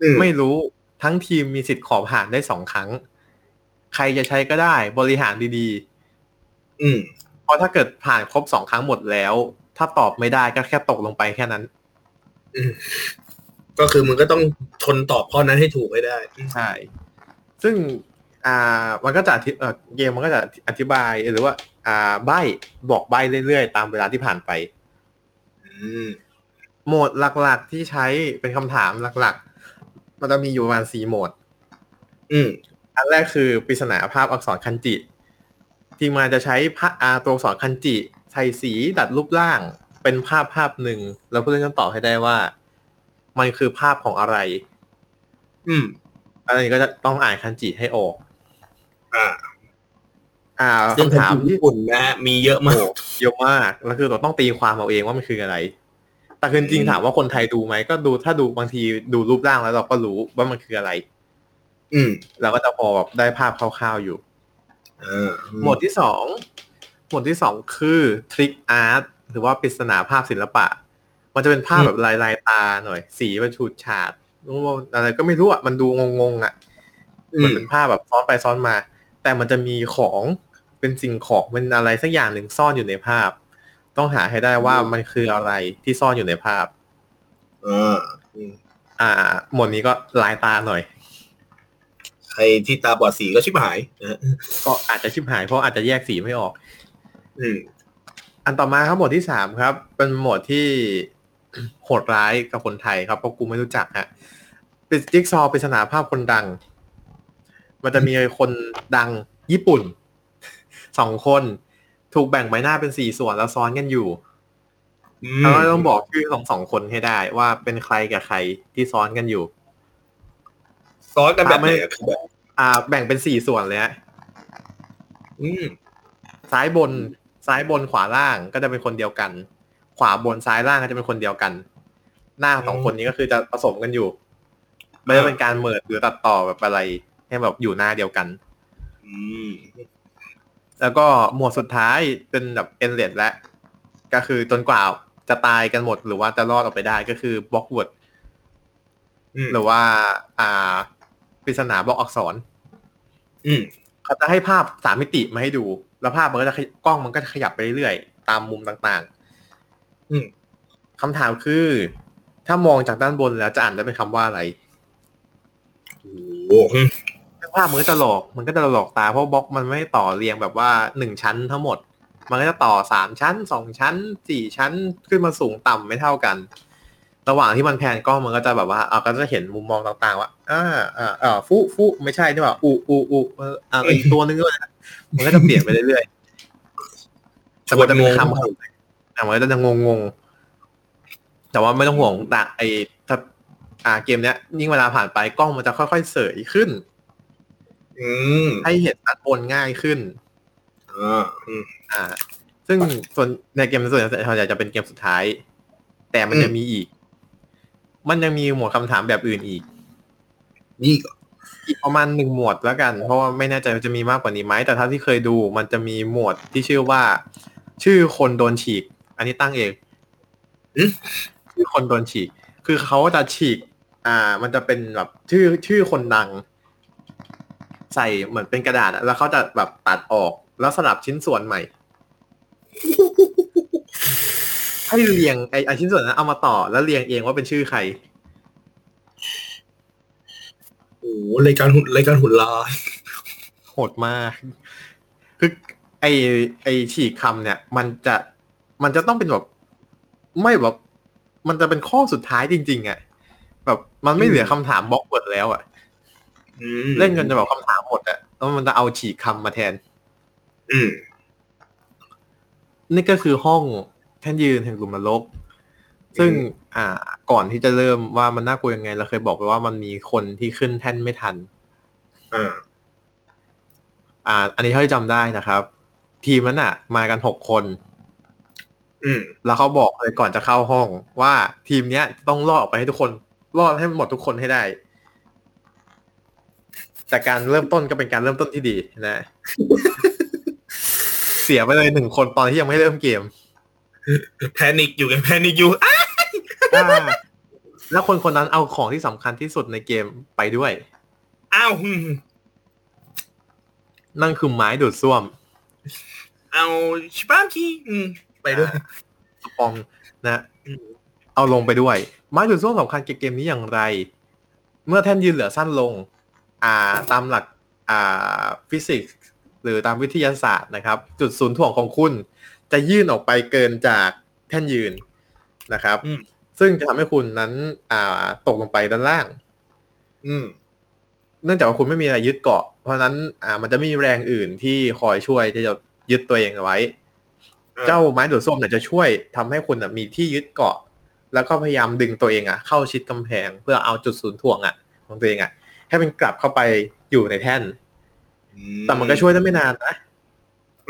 B: อืม
C: ไม่รู้ทั้งทีมมีสิทธิ์ขอผ่านได้สองครั้ง ใครจะใช้ก็ได้ บริหารดี
B: อืม
C: ๆเพราะถ้าเกิดผ่านครบสองครั้งหมดแล้ว ถ้าตอบไม่ได้ก็แค่ตกลงไปแค่นั้น
B: ก็คือมึงก็ต้องทนตอบข้อนั้นให้ถูกให้ได้อืม
C: ใช่ ซึ่งอ่ามันก็จะอธิเอ่อเกมมันก็จะอธิบายหรือว่าอ่าใบบอกใบเรื่อยๆ ตามเวลาที่ผ่านไป
B: อืม
C: โหมดหลักๆที่ใช้เป็นคำถามหลักๆ มันจะมีอยู่ประมาณสี่โหมด
B: อืม
C: อันแรกคือปริศนาภาพอักษรคันจิ ทีมงานจะใช้พระอาตัวอักษรคันจิใส่สีดัดรูปร่าง เป็นภาพภาพหนึ่ง แล้วผู้เล่นต้องตอบให้ได้ว่า มันคือภาพของอะไร
B: อืม
C: อันนี้ก็จะต้องอ่านคันจิให้ออก
B: อ่า
C: อ่า
B: ซึ่ง
C: คำถาม
B: คำ
C: ที่
B: ญี่ปุ่นนะฮะมีเยอะมาก
C: เยอะมากแล้วคือเราต้องตีความเอาเองว่ามันคืออะไร แต่คือจริง
B: อืม
C: ๆถามว่าคนไทยดูไหม ก็ดูถ้าดูบางทีดูรูปร่างแล้วเราก็รู้ว่ามันคืออะไร
B: อืม
C: เราก็จะพอแบบได้ภาพคร่าวๆอยู่
B: อ่า
C: หมวดที่สอง หมวดที่สองคือทริกอาร์ตหรือว่าปริศนาภาพศิลปะ มันจะเป็นภาพแบบลายลายๆตาหน่อย สีประชูดฉาดอะไรก็ไม่รู้อ่ะ มันดูงงๆอ่ะ
B: อื
C: มัน
B: ม
C: เป็นภาพแบบซ้อนไปซ้อนมา แต่มันจะมีของเป็นสิ่งของเป็นอะไรสักอย่างหนึ่งซ่อนอยู่ในภาพ ต้องหาให้ได้ว่ามันคืออะไรที่ซ่อนอยู่ในภาพ
B: อ่า
C: อ่า หมวดนี้ก็ลายตาหน่อย
B: ใครที่ตาบอดสีก็ชิบหายนะฮะ
C: ก็อาจจะชิบหายเพราะอาจจะแยกสีไม่ออก
B: อืม
C: อันต่อมาครับหมวดที่สามครับ เป็นหมวดที่ โหดร้ายกับคนไทยครับเพราะกูไม่รู้จักฮะเป็นจิ๊กซอว์ปริศนาภาพคนดัง มันจะมีคนดังญี่ปุ่น สองคนถูกแบ่งใบหน้าเป็นสี่ส่วนแล้วซ้อนกันอยู่
B: ม
C: เราก็ต้องบอกชื่อของสองคนให้ได้ว่าเป็นใครกับใครที่ซ้อนกันอยู่
B: ซ้อนกันแบบไหนอะแบบ
C: อ่า แบ่งเป็นสี่ส่วนเลยฮะ
B: อืม
C: ซ้ายบนซ้ายบนขวาล่างก็จะเป็นคนเดียวกัน ขวาบนซ้ายล่างก็จะเป็นคนเดียวกัน หน้าสองคนนี้ก็คือจะผสมกันอยู่ ไม่ได้เป็นการเมิดหรือตัดต่อแบบอะไร ให้แบบอยู่หน้าเดียวกัน
B: อืม
C: แล้วก็หมวดสุดท้ายเป็นแบบเอนเลดและ ก็คือจนกว่าจะตายกันหมด หรือว่าจะรอดออกไปได้ก็คือบล็อกวด
B: อืม
C: หรือว่า อ่าปริศนาบล็อกอักษร
B: อืม
C: เขาจะให้ภาพสามมิติมาให้ดู แล้วภาพมันก็จะขยกล้องมันก็จะขยับไปเรื่อยๆตามมุมต่าง
B: อืม
C: ๆ คำถามคือ ถ้ามองจากด้านบนแล้วจะอ่านได้เป็นคำว่าอะไร
B: โอ้โห
C: ภาพมันก็จะหลอกมันก็จะหลอกตาเพราะบล็อกมันไม่ได้ต่อเรียงแบบว่าหนึ่งชั้นทั้งหมด มันก็จะต่อสามชั้นสองชั้นสี่ชั้นขึ้นมาสูงต่ำไม่เท่ากัน ระหว่างที่มันแพนกล้องมันก็จะแบบว่าเอาก็จะเห็นมุมมองต่างๆว่าอ่าอ่าอ่าฟุฟุไม่ใช่นี่หว่าอูอูอูเอออ่าอีกตัวนึงด้วยนะมันก็จะเปลี่ยนไปเรื่อยๆแต่มันจะมีคำ อ่ะมันก็จะงงงๆแต่ว่าไม่ต้องห่วงตาไอถ้าอ่าเกมเนี้ยยิ่งเวลาผ่านไปกล้องมันจะค่อยๆเสยขึ้น
B: อืม
C: ให้เห็นด้านบนง่ายขึ้น
B: อ่าอืม
C: อ่า ซึ่งส่วนในเกมส่วนใหญ่ส่วนใหญ่จะเป็นเกมสุดท้าย แต่มันยังมีอีก มันยังมีหมวดคำถามแบบอื่นอีก
B: นี่
C: อีกประมาณหนึ่งหมวดแล้วกัน เพราะว่าไม่แน่ใจว่าจะมีมากกว่านี้ไหมแต่เท่าที่เคยดู มันจะมีหมวดที่ชื่อว่า ชื่อคนโดนฉีก อันนี้ตั้งเองชื่อคนโดนฉีก คือเขาจะฉีก อ่า มันจะเป็นแบบชื่อชื่อคนดัง ใส่เหมือนเป็นกระดาษอะแล้วเขาจะแบบตัดออกแล้วสลับชิ้นส่วนใหม่ ให้เรียงไอไอชิ้นส่วนนั้นเอามาต่อแล้วเรียงเองว่าเป็นชื่อใคร
B: โอ้โหรายการหุ่นรายการหุ่นลาย
C: โหดมาก คือไอไอฉีกคำเนี่ย มันจะมันจะต้องเป็นแบบไม่แบบมันจะเป็นข้อสุดท้ายจริง ๆอะ่ะแบบมันไม่เหลือคำถามบล็อกเวิร์ดแล้วอะ่ะ
B: อืม
C: เล่นกันจะแบบคำถามหมดอะ่ะแล้วมันจะเอาฉีกคำมาแทน
B: อืม
C: นี่ก็คือห้องแท่นยืนแห่งหลุมนรก ซึ่งอ่า ก่อนที่จะเริ่มว่ามันน่ากลัวยังไง เราเคยบอกไปว่ามันมีคนที่ขึ้นแท่นไม่ทัน
B: อ่า
C: อ่า อันนี้เท่าที่จำได้นะครับ ทีมนั้นอ่ะ มากันหกคน
B: อืม
C: แล้วเขาบอกเลยก่อนจะเข้าห้องว่าทีมเนี้ยต้องรอดออกไปให้ทุกคน รอดให้หมดทุกคนให้ได้ แต่การเริ่มต้นก็เป็นการเริ่มต้นที่ดีนะ เสียไปเลยหนึ่งคนตอนที่ยังไม่เริ่มเก ม
B: แพนิคอยู่ไงแพนิคอยู่อ่ะ
C: อ่าแล้วคนคนนั้นเอาของที่สำคัญที่สุดในเกมไปด้วย
B: อ้าวอืม
C: นั่นคือไม้ดูดซ่วม
B: เอาชิบ้ามคีอืมไปด้วย
C: สปองนะเอาลงไปด้วย ไม้ดูดซ่วมสำคัญเกบเกมนี้อย่างไร เมื่อแท่นยืนเหลือสั้นลง อ่าตามหลักอ่าฟิสิกส์หรือตามวิทยาศาสตร์นะครับ จุดศูนย์ถ่วงของคุณ จะยื่นออกไปเกินจากแท่นยืนนะครับ
B: อืม
C: ซึ่งจะทำให้คุณนั้นอ่าตกลงไปด้านล่าง
B: อืม
C: เนื่องจากว่าคุณไม่มีอะไรยึดเกาะ เพราะฉะนั้นอ่ามันจะไม่มีแรงอื่นที่คอยช่วยที่จะยึดตัวเองเอาไว้ เจ้าไม้ดูดส้มเนี่ยจะช่วยทำให้คุณน่ะมีที่ยึดเกาะ แล้วก็พยายามดึงตัวเองอ่ะเข้าชิดกำแพงเพื่อเอาจุดศูนย์ถ่วงอ่ะของตัวเองอ่ะให้มันกลับเข้าไปอยู่ในแท่น
B: อื
C: แต่มันก็ช่วยได้ไม่นานนะ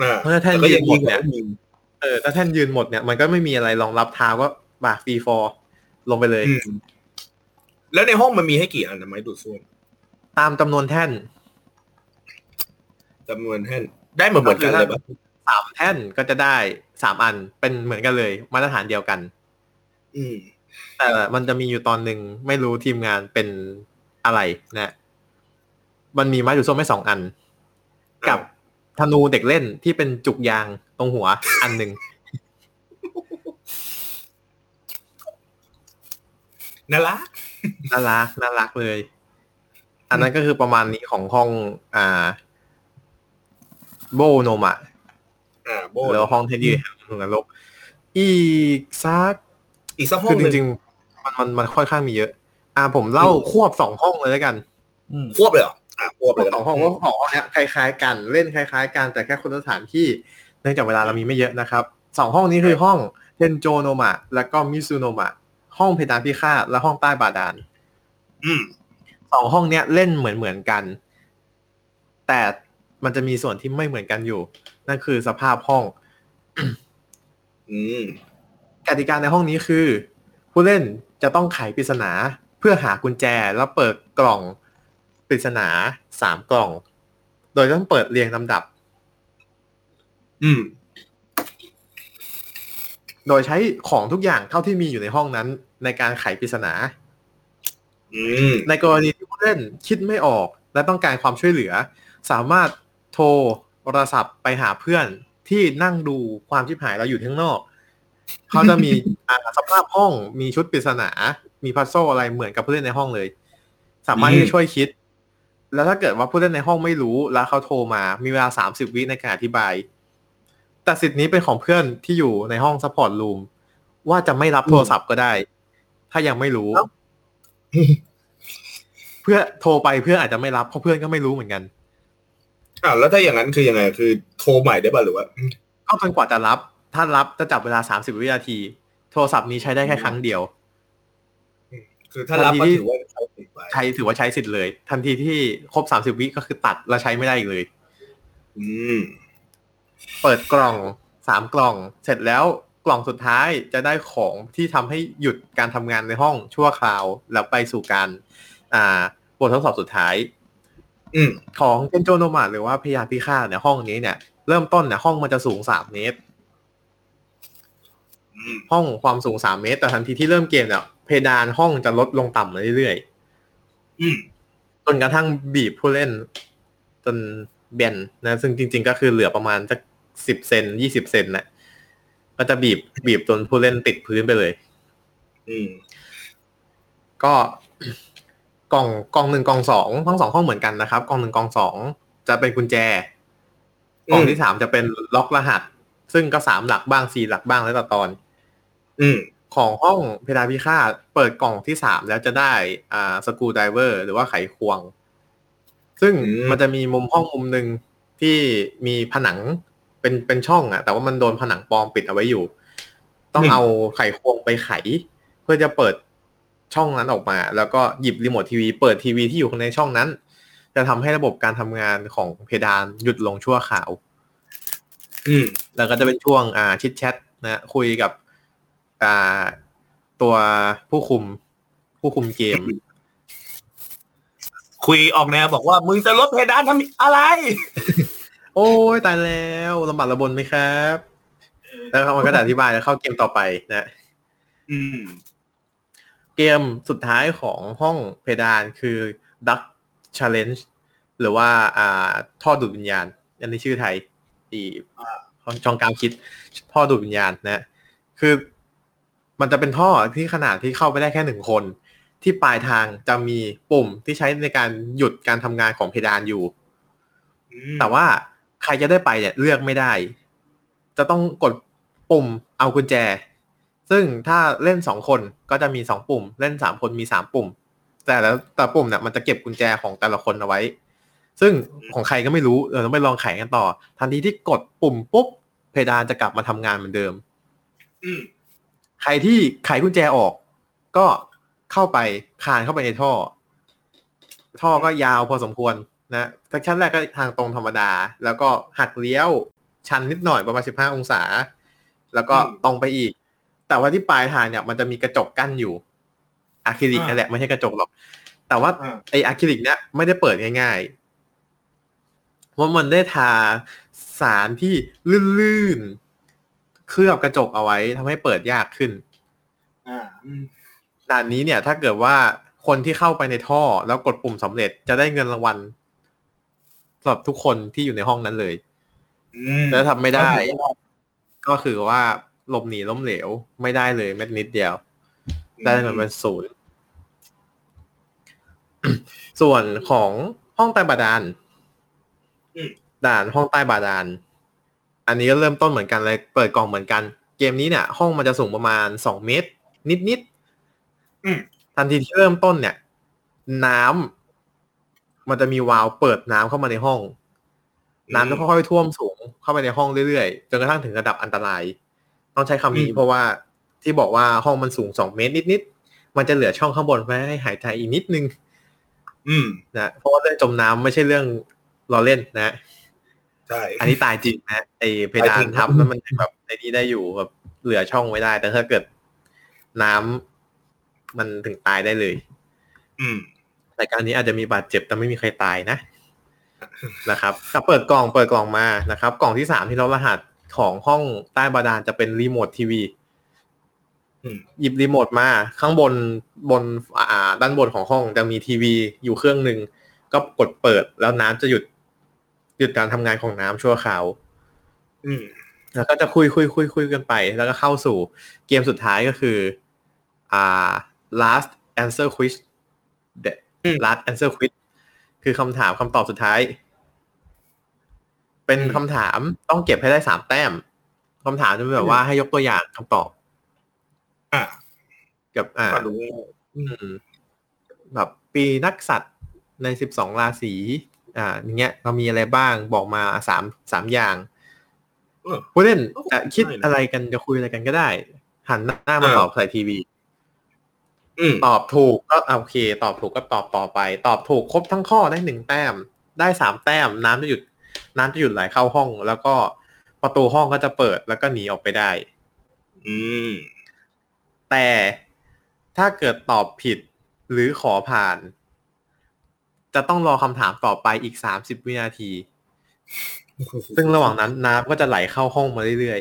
B: อ่า
C: เพราะฉะนั้นแท่น
B: ต่ก็ยัง
C: ยืนหม
B: ดี
C: ด
B: ก
C: เนี่
B: ว่าย
C: เออถ้าแท่นยืนหมดเนี่ยมันก็ไม่มีอะไรรองรับเท้าก็บ่าฟรีฟอร์ลงไปเลย
B: อืมแล้วในห้องมันมีให้กี่อันนะไม้ดูดซ่วม
C: ตามจำนวนแท่น
B: จำนวนแท่นได้เหมือนเหมือนกันเลยปะ
C: สามแท่นก็จะได้สามอันเป็นเหมือนกันเลย มาตรฐานเดียวกัน
B: อืม
C: แต่มันจะมีอยู่ตอนหนึ่งไม่รู้ทีมงานเป็นอะไรนะมันมีไม้ดูดส้มไม่สองอัน กับธนูเด็กเล่นที่เป็นจุกยางตรงหัว อันหนึ่ง
B: น่ารัก
C: น่ารักน่ารักเลย อันนั้นก็คือประมาณนี้ของห้องอ่า โบโนมะ
B: อ่าโบน
C: แล้วห้องเทดดี้แห่งหลุมนรกอีกซัก
B: อีกสักห้อ
C: คื
B: ง
C: อ
B: ห
C: จ
B: นึ่ง
C: ริงๆมันมันมันค่อนข้างมีเยอะ อ่าผมเล่าควบสองห้องเลยแล้วกัน
A: อืม
B: ควบเลยเหรออ่าควบเลย
C: สองห้องก็สองห้องเนี้ยคล้ายๆกันเล่นคล้าย ๆ กันแต่แค่คนละสถานที่เนื่องจากเวลาเรามีไม่เยอะนะครับสองห้องนี้คือห้องเทนโจโนมะแล้วก็มิซูโนมะห้องเพดานพิฆาตและห้องใต้บาดาล
B: อืม
C: สองห้องเนี้ยเล่นเหมือนเหมือนๆกัน แต่มันจะมีส่วนที่ไม่เหมือนกันอยู่ นั่นคือสภาพห้อง
B: อืม
C: กติกาในห้องนี้คือ ผู้เล่นจะต้องไขปริศนาเพื่อหากุญแจแล้วเปิดกล่องปริศนาสามกล่อง โดยต้องเปิดเรียงลำดับ
B: อืม
C: โดยใช้ของทุกอย่างเท่าที่มีอยู่ในห้องนั้น ในการไขปริศนา
B: อืม
C: ในกรณีที่ผู้เล่นคิดไม่ออกและต้องการความช่วยเหลือ สามารถโทรโทรศัพท์ไปหาเพื่อนที่นั่งดูความชิบหายเราอยู่ข้างนอก เขาจะมี อ่าสภาพห้องมีชุดปริศนา มีพัซโซอะไรเหมือนกับผู้เล่นในห้องเลย สามารถที่จะช่วยคิด แล้วถ้าเกิดว่าผู้เล่นในห้องไม่รู้แล้วเขาโทรมา มีเวลาสามสิบวิในการอธิบายแต่สิทธิ์นี้เป็นของเพื่อนที่อยู่ในห้องซัพพอร์ตรูมว่าจะไม่รับโทรศัพท์ก็ได้ ถ้ายังไม่รู้
B: เอ้า
C: เพื่อโทรไปเพื่อนอาจจะไม่รับเพราะเพื่อนก็ไม่รู้เหมือนกัน
B: อ่าแล้วถ้าอย่างนั้นคือยังไงคือโทรใหม่ได้ป่ะหรือว่า
C: ก็จนกว่าจะรับ ถ้ารับจะจับเวลา 30 วินาที โทรศัพท์นี้ใช้ได้แค่ครั้งเดียว
B: คือถ้ารับก็ถือว่าใช้ติดไป
C: ใช้ถือว่าใช้สิทธิ์เลย ทันทีที่ครบ 30 วิก็คือตัดแล้วใช้ไม่ได้อีกเลย
B: อืม
C: เปิดกล่องสามกล่อง เสร็จแล้วกล่องสุดท้ายจะได้ของที่ทำให้หยุดการทำงานในห้องชั่วคราว แล้วไปสู่การ อ่าบททดสอบสุดท้าย
B: อืม
C: ของเจนโจโนมาหรือว่าพยาธิพิฆาตเนี่ยห้องนี้เนี่ย เริ่มต้นเนี่ยห้องมันจะสูงสามเมตร
B: อืม
C: ห้องความสูงสามเมตร แต่ทันทีที่เริ่มเกมเนี่ยเพดานห้องจะลดลงต่ำเรื่อย
B: อืม
C: ๆจนกระทั่งบีบผู้เล่น จนแบนนะซึ่งจริง ๆ ก็คือเหลือประมาณสักสิบเซนยี่สิบเซนแหละก็จะบีบบีบจนผู้เล่นติดพื้นไปเลย
B: อืม
C: ก็ กล่องกล่องหนึ่งกล่องสองทั้งสองห้องเหมือนกันนะครับ กล่องหนึ่งกล่องสองจะเป็นกุญแจ
B: อืม
C: กล่องที่สามจะเป็นล็อกรหัส ซึ่งก็สามหลักบ้างสี่หลักบ้างแล้วแต่ตอน
B: อืม
C: ของห้องเพดานพิฆาตเปิดกล่องที่สามแล้วจะได้อ่าสกูไดเวอร์หรือว่าไขควง ซึ่ง
B: อืม
C: มันจะมีมุมห้องมุมหนึ่งที่มีผนังเป็นเป็นช่องอะแต่ว่ามันโดนผนังปลอมปิดเอาไว้อยู่ ต้องเอาไขควงไปไข เพื่อจะเปิดช่องนั้นออกมา แล้วก็หยิบรีโมททีวีเปิดทีวีที่อยู่ข้างในช่องนั้น จะทำให้ระบบการทำงานของเพดานหยุดลงชั่วคราว
B: อืม
C: แล้วก็จะเป็นช่วงอ่าชิดแชทนะคุยกับอ่าตัวผู้คุม ผู้คุมเกม
B: คุยออกแนวบอกว่ามึงจะลดเพดานทำอะไร
C: โอ้ยตายแล้วลำบากระบนไหมครับ แล้วมันก็จะอธิบายแล้วเข้าเกมต่อไปนะ
B: อืม
C: เกมสุดท้ายของห้องเพดานคือ Duck Challenge หรือว่าอ่าท่อดูดวิญญาณ อันนี้ชื่อไทยอีช่องกลางคิดท่อดูดวิญญาณนะ คือมันจะเป็นท่อที่ขนาดที่เข้าไปได้แค่หนึ่งคน ที่ปลายทางจะมีปุ่มที่ใช้ในการหยุดการทำงานของเพดานอยู่ แต่ว่าใครจะได้ไปเนี่ยเลือกไม่ได้ จะต้องกดปุ่มเอากุญแจ ซึ่งถ้าเล่นสองคนก็จะมีสองปุ่ม เล่นสามคนมีสามปุ่ม แต่แล้วแต่ปุ่มเนี่ยมันจะเก็บกุญแจของแต่ละคนเอาไว้ ซึ่งของใครก็ไม่รู้เออต้องไปลองไขกันต่อ ทันทีที่กดปุ่มปุ๊บเพดานจะกลับมาทำงานเหมือนเดิม
B: อืม
C: ใครที่ไขกุญแจออก ก็เข้าไปคานเข้าไปในท่อ ท่อก็ยาวพอสมควรนะแต่ชั้นแรกก็ทางตรงธรรมดา แล้วก็หักเลี้ยว ชันนิดหน่อยประมาณ 15 องศา แล้วก็
B: อืม
C: ตรงไปอีก แต่ว่าที่ปลายทางเนี่ยมันจะมีกระจกกั้นอยู่อะคริลิก
B: อ่า
C: นั่นแหละไม่ใช่กระจกหรอก แต่ว่า
B: อ่า
C: ไออะคริลิกเนี่ยไม่ได้เปิดง่ายๆว่าะมันได้ทาสารที่ลื่นๆเคลือบกระจกเอาไว้ทำให้เปิดยากขึ้น
B: อ่าอืม
C: ด่านนี้เนี่ยถ้าเกิดว่าคนที่เข้าไปในท่อแล้วกดปุ่มสำเร็จจะได้เงินรางวัลสำหรับทุกคนที่อยู่ในห้องนั้นเลย
B: อืม
C: แล้วทำไม่ได้ ก็คือว่าหลบหนีล้มเหลว ไม่ได้เลยแม้นิดเดียว ได้เงินเป็นศูนย์ ส่วนของห้องใต้บาดาลด่านห้องใต้บาดาลอันนี้ก็เริ่มต้นเหมือนกันเลย เปิดกล่องเหมือนกัน เกมนี้เนี่ย ห้องมันจะสูงประมาณสองเมตร นิดนิดๆ
B: อืม
C: ทันทีที่เริ่มต้นเนี่ย น้ำมันจะมีวาล์วเปิดน้ำเข้ามาในห้อง น้ำจะค่อยๆท่วมสูงเข้าไปในห้องเรื่อยๆจนกระทั่งถึงระดับอันตราย ต้องใช้คำนี้
B: อืม
C: เพราะว่าที่บอกว่าห้องมันสูงสองเมตรนิดๆมันจะเหลือช่องข้างบนไว้ให้หายใจอีกนิดนึง
B: อืม
C: นะเพราะว่าเรื่องจมน้ำไม่ใช่เรื่องล้อเล่นนะ
B: ใช่
C: อันนี้ตายจริงนะไอเพดา
B: ตายจริ
C: น
B: ง
C: ทับแล้วมันแบบไอนี้ได้อยู่แบบเหลือช่องไว้ได้ แต่ถ้าเกิดน้ำมันถึงตายได้เลย
B: อืม
C: รายการนี้อาจจะมีบาดเจ็บแต่ไม่มีใครตายนะ นะครับถ้าเปิดกล่องเปิดกล่องมานะครับ กล่องที่สามที่เรารหัสของห้องใต้บาดาลจะเป็นรีโมททีวี
B: อืม
C: หยิบรีโมทมาข้างบนบนอ่าด้านบนของห้องจะมีทีวีอยู่เครื่องหนึ่งก็กดเปิดแล้วน้ำจะหยุดหยุดการทำงานของน้ำชั่วคราว
B: อืม
C: แล้วก็จะคุยคุยคุยคุยกันไป แล้วก็เข้าสู่เกมสุดท้ายก็คือ อ่า last answer quiz The
B: อืม
C: last answer quiz คือคำถามคำตอบสุดท้าย เป็น
B: อืม
C: คำถามต้องเก็บให้ได้สามแต้มคำถามจะเป็นแบบว่าให้ยกตัวอย่างคำตอบ
B: อ่ะ
C: กับอ่า
B: ก็รู้
C: อืมแบบปีนักสัตว์ในสิบสองราศีอ่าอย่างเงี้ยเรามีอะไรบ้างบอกมาสามสามอย่าง
B: เออ
C: ผู้เล่น
B: โอ้โห
C: จะคิด
B: ได้นะ
C: อะไรกันจะคุยอะไรกันก็ได้ หันหน้ามา
B: อ่า
C: ตอบใส่ทีวี
B: อืม
C: ตอบถูกก็อ่ะโอเค ตอบถูกก็ตอบต่อไป ตอบถูกครบทั้งข้อได้หนึ่งแต้ม ได้สามแต้ม น้ำจะหยุด น้ำจะหยุดไหลเข้าห้อง แล้วก็ประตูห้องก็จะเปิดแล้วก็หนีออกไปได้
B: อืม
C: แต่ถ้าเกิดตอบผิดหรือขอผ่าน จะต้องรอคำถามต่อไปอีกสามสิบวินาที ซึ่งระหว่างนั้นน้ำก็จะไหลเข้าห้องมาเรื่อย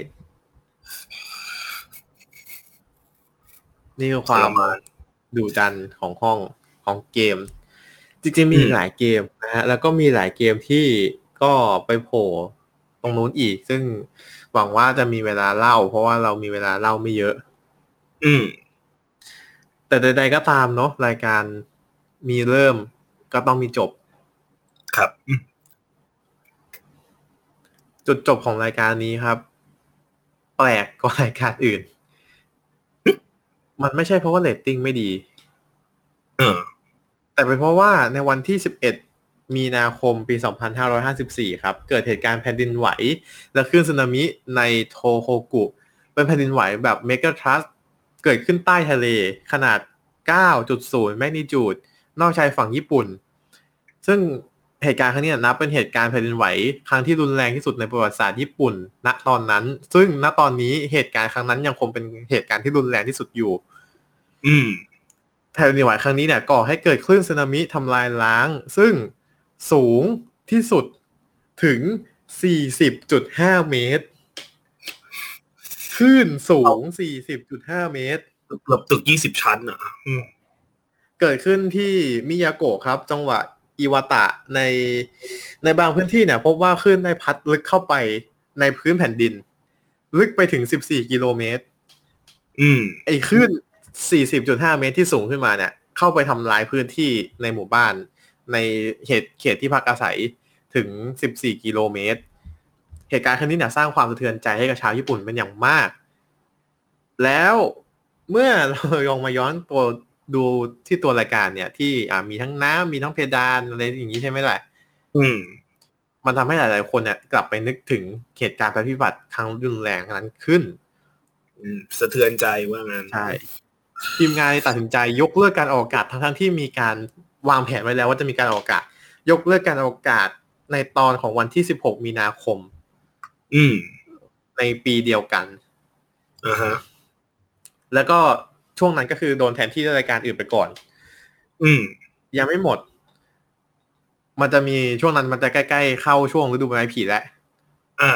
C: ๆ นี่คือความ
B: ทรมาน
C: ดูดันของห้องของเกม จริงๆมีอีกหลายเกมนะฮะ แล้วก็มีหลายเกมที่ก็ไปโผล่ตรงนู้นอีก ซึ่งหวังว่าจะมีเวลาเล่า เพราะว่าเรามีเวลาเล่าไม่เยอะ
B: อืม
C: แต่ใดๆก็ตามเนาะรายการมีเริ่มก็ต้องมีจบ
B: ครับ
C: จุดจบของรายการนี้ครับ แปลกกว่ารายการอื่น มันไม่ใช่เพราะว่าเรตติ้งไม่ดี
B: เออ
C: แต่เป็นเพราะว่าในวันที่ 11 มีนาคมปี 2554 ครับ เกิดเหตุการณ์แผ่นดินไหว และคลื่นสึนามิในโทโฮกุ เป็นแผ่นดินไหวแบบเมกะทรัสเกิดขึ้นใต้ทะเลขนาด 9.0 แมกนิจูด นอกชายฝั่งญี่ปุ่น ซึ่งเหตุการณ์ครั้งเนี้ยนับเป็นเหตุการณ์แผ่นดินไหว ครั้งที่รุนแรงที่สุดในประวัติศาสตร์ญี่ปุ่น ณตอนนั้น ซึ่งณตอนนี้เหตุการณ์ครั้งนั้นยังคงเป็นเหตุการณ์ที่รุนแรงที่สุดอยู่
B: อืม
C: แผ่นดินไหวครั้งนี้เนี่ยก่อให้เกิดคลื่นสึนามิทำลายล้าง ซึ่งสูงที่สุดถึง 40.5 เมตร คลื่นสูง 40.5 เมตร
B: เกือบตึกยี่สิบชั้นอ่ะ อืม
C: เกิดขึ้นที่มิยาโกะครับ จังหวัดอิวาตะในในบางพื้นที่เนี่ย พบว่าคลื่นได้พัดลึกเข้าไปในพื้นแผ่นดิน ลึกไปถึง 14 กิโลเมตร
B: อืม
C: ไอ้คลื่น 40.5 เมตรที่สูงขึ้นมาเนี่ย เข้าไปทำลายพื้นที่ในหมู่บ้าน ในเขตเขตที่พักอาศัยถึง 14 กิโลเมตร เหตุการณ์ครั้งนี้เนี่ยสร้างความสะเทือนใจให้กับชาวญี่ปุ่นเป็นอย่างมาก แล้วเมื่อเราลองมาย้อนตัวดูที่ตัวรายการเนี่ย ที่อ่ามีทั้งน้ำมีทั้งเพดานอะไรอย่างนี้ใช่ไหมล่ะ
B: อืม
C: มันทำให้หลายๆคนเนี่ยกลับไปนึกถึงเหตุการณ์ภัยพิบัติครั้งรุนแรงนั้นขึ้น
B: อืม สะเทือนใจว่างั้น
C: ใช่ทีมงานเลยตัดสินใจยกเลิกการออกอากาศทั้งทั้งๆที่มีการวางแผนไว้แล้วว่าจะมีการออกอากาศ ยกเลิกการออกอากาศในตอนของวันที่ 16 มีนาคม
B: อืม
C: ในปีเดียวกัน
B: อ่าฮะ
C: แล้วก็ช่วงนั้นก็คือโดนแทนที่ด้วยรายการอื่นไปก่อน
B: อืม
C: ยังไม่หมด มันจะมีช่วงนั้นมันจะใกล้ๆเข้าช่วงฤดูใบไม้ผลิแล้ว
B: อ่า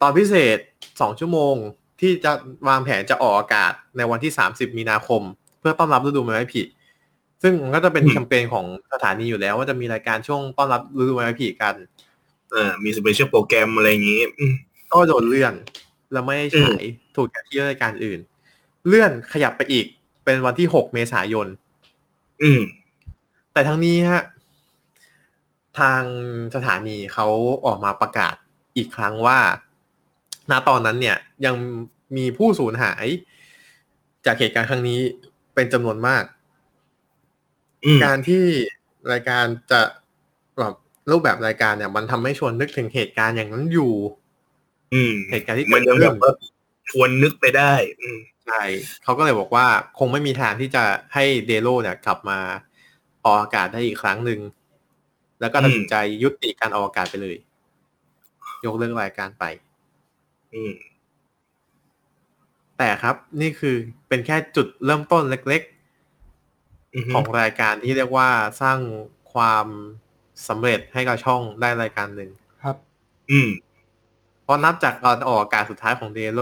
C: ตอนพิเศษ 2 ชั่วโมงที่จะวางแผนจะออกอากาศในวันที่ 30 มีนาคม เพื่อต้อนรับฤดูใบไม้ผลิซึ่งมันก็จะเป็น
B: อืม
C: แคมเปญของสถานีอยู่แล้ว ว่าจะมีรายการช่วงต้อนรับฤดูใบไม้ผลิกัน
B: อ่า มีสเปเชียลโปรแกรมอะไรอย่างงี้ อืม
C: ก็โดนเลื่อน แล้วไม่ได้ฉายถูกแทนที่รายการอื่น เลื่อนขยับไปอีกเป็นวันที่ 6 เมษายน
B: อืม
C: แต่ทั้งนี้ฮะทางสถานีเขาออกมาประกาศอีกครั้งว่า ณตอนนั้นเนี่ยยังมีผู้สูญหาย จากเหตุการณ์ครั้งนี้เป็นจำนวนมาก
B: อืม
C: การที่รายการจะแบบรูปแบบรายการเนี่ย มันทำให้ชวนนึกถึงเหตุการณ์อย่างนั้นอยู่
B: อืม
C: เหตุการณ์ที่
B: มั
C: เกิ
B: น
C: ด
B: ยังแบบ
C: ขึ้น
B: ว่าชวนนึกไปได้ อืม
C: ใช่เขาก็เลยบอกว่าคงไม่มีทางที่จะให้เดโลเนี่ยกลับมาออกอากาศได้อีกครั้งหนึ่งแล้วก็ตัดสินใจยุติการออกอากาศไปเลย ยกเลิกรายการไป
B: อืม
C: แต่ครับนี่คือเป็นแค่จุดเริ่มต้นเล็ก
B: อืม
C: ๆ ของรายการที่เรียกว่าสร้างความสำเร็จให้กับช่องได้รายการหนึ่ง
A: ครับ
B: อืม
C: พอนับจากการออกอากาศสุดท้ายของเดโล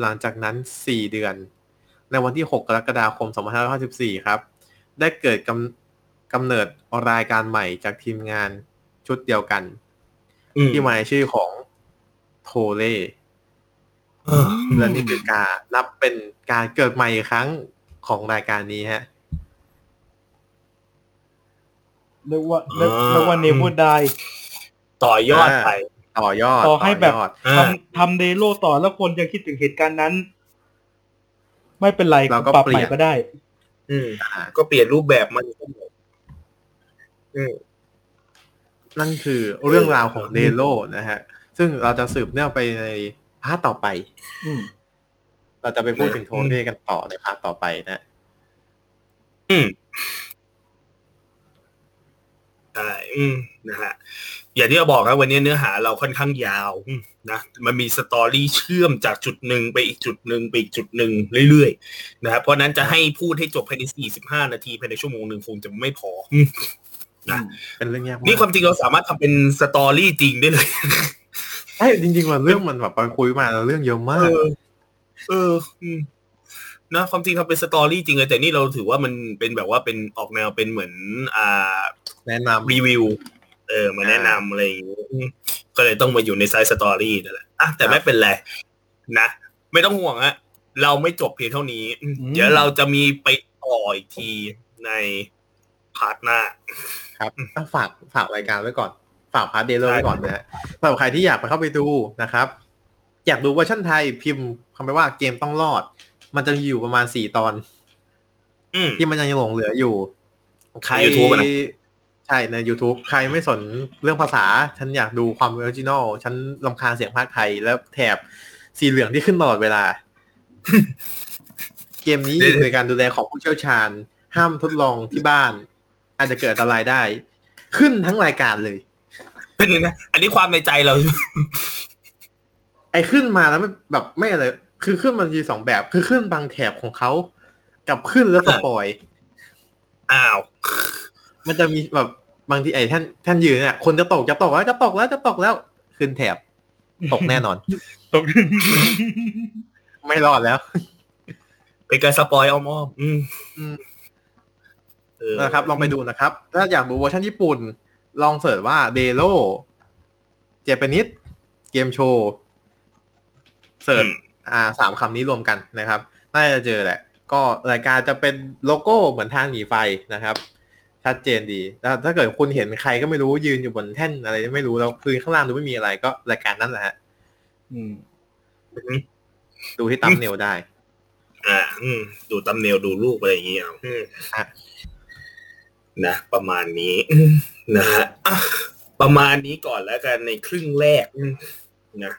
C: หลังจากนั้น 4 เดือน ในวันที่ 6 กรกฎาคม 2554 ครับ ได้เกิดกำกำเนิดรายการใหม่จากทีมงานชุดเดียวกัน
B: อืม
C: ที่มาในชื่อของโทเล่
B: เออ
C: และนี่คือการนับเป็นการเกิดใหม่อีกครั้งของรายการนี้ฮะ
A: เรียกว่าเรียกเรียกว่าเนวูดาย
B: ต่อยอดไป
C: ต่อยอด
A: ต่อให้แบบ
C: ยอด
B: อ่า
A: ทำทำเดโลต่อแล้วคนยังคิดถึงเหตุการณ์นั้น ไม่เป็นไร
C: เราก็
A: ปรับ
C: เปลี่
A: ใหม่
C: ยน
A: ก็ได้
B: อืม
C: อ่า
B: ก็เปลี่ยนรูปแบบมันอยู่อืม
C: นั่นคือเรื่องราวของเดโลนะฮะ ซึ่งเราจะสืบเนื่องไปในพาร์ทต่อไป
A: อืม
C: เราจะไปพูดถึงโทนี่กันต่อในพาร์ทต่อไปนะ
B: อืมใช่อืมนะฮะอย่างที่เราบอกครับวันนี้เนื้อหาเราค่อนข้างยาวอืมนะมันมีสตอรี่เชื่อมจากจุดหนึ่งไปอีกจุดหนึ่งไปอีกจุดหนึ่งเรื่อยๆนะครับเพราะฉะนั้นจะให้พูดให้จบภายใน 45 นาทีภายในชั่วโมงหนึ่งคงจะไม่พออืม นะ
C: เป็นเรื่องยากมาก
B: นี่ความจริงเราสามารถทำเป็นสตอรี่จริงได้เลย
C: ใช่จริงๆมันเรื่องมันแบบไปคุยมาแล้วเรื่องเยอะมาก
B: เออ เอออืมนะความจริงทำเป็นสตอรี่จริงเลยแต่นี่เราถือว่ามันเป็นแบบว่าเป็นออกแนวเป็นเหมือน อ่า
C: แนะนำ
B: รีวิว เออ มาแนะนำอะไรอย่างงี้อืมก็เลยต้องมาอยู่ในไซส์สตอรี่นั่นแหละอ่ะแต่
C: ครับ
B: ไม่เป็นไร นะ ไม่ต้องห่วงฮะเราไม่จบเพียงเท่านี้อืม
A: อืม
B: เดี๋ยวเราจะมีไปต่ออีกทีในพาร์ทหน้า
C: ครับก็ฝากฝากรายการไว้ก่อน ฝากพาร์ทเดลไว้ก่อนนะฮะสำหรับใครที่อยากไปเข้าไปดูนะครับ อยากดูเวอร์ชันไทยพิมพ์คำไปว่าเกมต้องรอด มันจะมีอยู่ประมาณสี่ตอน
B: อืม
C: ที่มันยังหลงเหลืออยู่ ใคร
B: YouTube อะนะ
C: ใช่ใน YouTube ใครไม่สนเรื่องภาษา ฉันอยากดูความออริจินอล ฉันลำคาญเสียงภาคไทย แล้วแถบสีเหลืองที่ขึ้นตลอดเวลา เกมนี้อยู่ในการดูแลของผู้เชี่ยวชาญ ห้ามทดลองที่บ้าน อาจจะเกิดอันตรายได้ ขึ้นทั้งรายการเลย
B: เป็นยังไงนะอันนี้ความในใจเรา
C: ไอ้ขึ้นมาแล้วมันแบบไม่อะไร คือขึ้นมันมีสองแบบ คือขึ้นบางแถบของเขา กับขึ้นแล้วสปอย
B: อ้าว
C: มันจะมีแบบบางทีไอ้ท่านท่านยืนเนี่ยคนจะตกจะตกแล้วจะตกแล้วจะตกแล้วขึ้นแถบตกแน่นอน
A: ตก
C: ไม่รอดแล้ว
B: เป็นการสปอยอ้อมอ้อมๆอืม
C: อืม
B: เออ
C: นะครับ ลองไปดูนะครับ ถ้าอยากดูเวอร์ชันญี่ปุ่น ลองเสิร์ชว่าเดโ o เจแปนิสเกมโชว์เสิร์ชอ่าสามคำนี้รวมกันนะครับ น่าจะเจอแหละ ก็รายการจะเป็นโลโก้เหมือนทางหนีไฟนะครับ ชัดเจนดีแล้วถ้าเกิดคุณเห็นใครก็ไม่รู้ยืนอยู่บนแท่นอะไรไม่รู้แล้วคือข้างล่างดูไม่มีอะไรก็รายการนั่นแหละฮะ
A: อืม
B: อืม
C: ดูที่ตั้มเนลได้
B: อ่า อืม ดูตำเนลดูรูปอะไรอย่างเงี้ยเอาอืม
C: อ่ะ
B: นะ ประมาณนี้อืมนะฮะอ่ะประมาณนี้ก่อนแล้วกันในครึ่งแรกอืมนะ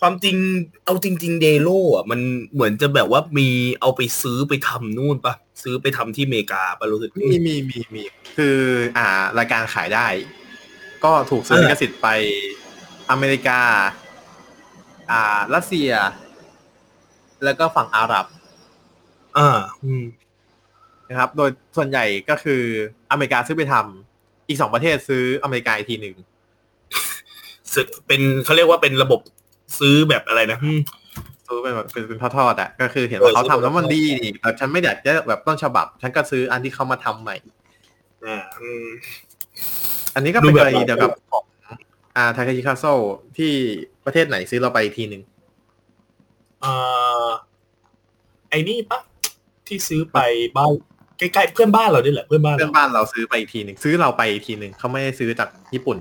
B: ความจริง เอาจริง ๆ เดโลอ่ะ มันเหมือนจะแบบว่ามีเอาไปซื้อไปทำนู่นปะซื้อไปทำที่อเมริกาปะรู้สึก
C: มีมีมีมีคืออ่ารายการขายได้ ก็ถูกซื้อ
B: เออ
C: ลิขสิทธิ์ไปอเมริกา อ่ารัสเซีย แล้วก็ฝั่งอาหรับ
B: อ่า อืม
C: นะครับ โดยส่วนใหญ่ก็คืออเมริกาซื้อไปทำอีกสองประเทศซื้ออเมริกาอีกทีหนึ่ง
B: ซึ่งเป็นเขาเรียกว่าเป็นระบบซื้อแบบอะไรนะอืม
C: ซื้อเป็นแบบเป็นเป็นทอดๆอ่ะก็คือเห็นว่า
B: เออ
C: เขา
B: ซื้
C: ทำ
B: อ
C: แล้วมันดีนี่แบบฉันไม่อยากได้แบบต้นฉบับ ฉันก็ซื้ออันที่เขามาทำใหม่
B: อ่าอืม
C: อันนี้ก็เป็น
B: ดู
C: ก
B: แบบ
C: รณีเดียวกับของอ่าทาเคชิคาโซที่ประเทศไหนซื้อเราไปอีกทีหนึ่ง
B: เอ่อไอ้นี่ปะที่ซื้อไปบ้านใกล้ๆเพื่อนบ้านเราด้วยแหละเพื่อนบ้าน
C: เพื่อ
B: เรา
C: นบ้านเราซื้อไปอีกทีหนึ่งซื้อเราไปอีกทีหนึ่งเขาไม่ได้ซื้อจากญี่ปุ่น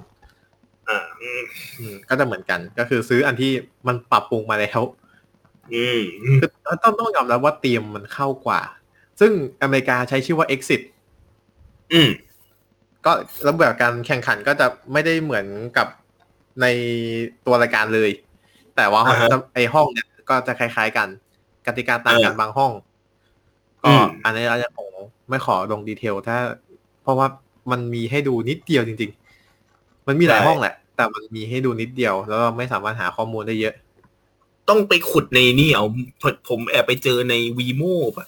B: อ่าอืม
C: อืมก็จะเหมือนกันก็คือซื้ออันที่มันปรับปรุงมาแล้ว
B: อืมอืม
C: คือต้องต้องยอมรับว่าเตรียมมันเข้ากว่า ซึ่งอเมริกาใช้ชื่อว่า Exit
B: อืม
C: ก็ระบบการแข่งขันก็จะไม่ได้เหมือนกับในตัวรายการเลย แต่ว่าห้องไอห้องเนี่ยก็จะคล้าย ๆกันกติกาต่างกันบางห้องก็อันนี้เราจะคงไม่ขอลงดีเทล ถ้า เพราะว่ามันมีให้ดูนิดเดียวจริง ๆ มันมีหลายห้องแหละ แต่มันมีให้ดูนิดเดียว แล้วเราไม่สามารถหาข้อมูลได้เยอะ
B: ต้องไปขุดในนี่เอาผมแอบไปเจอในวีโม่ปะ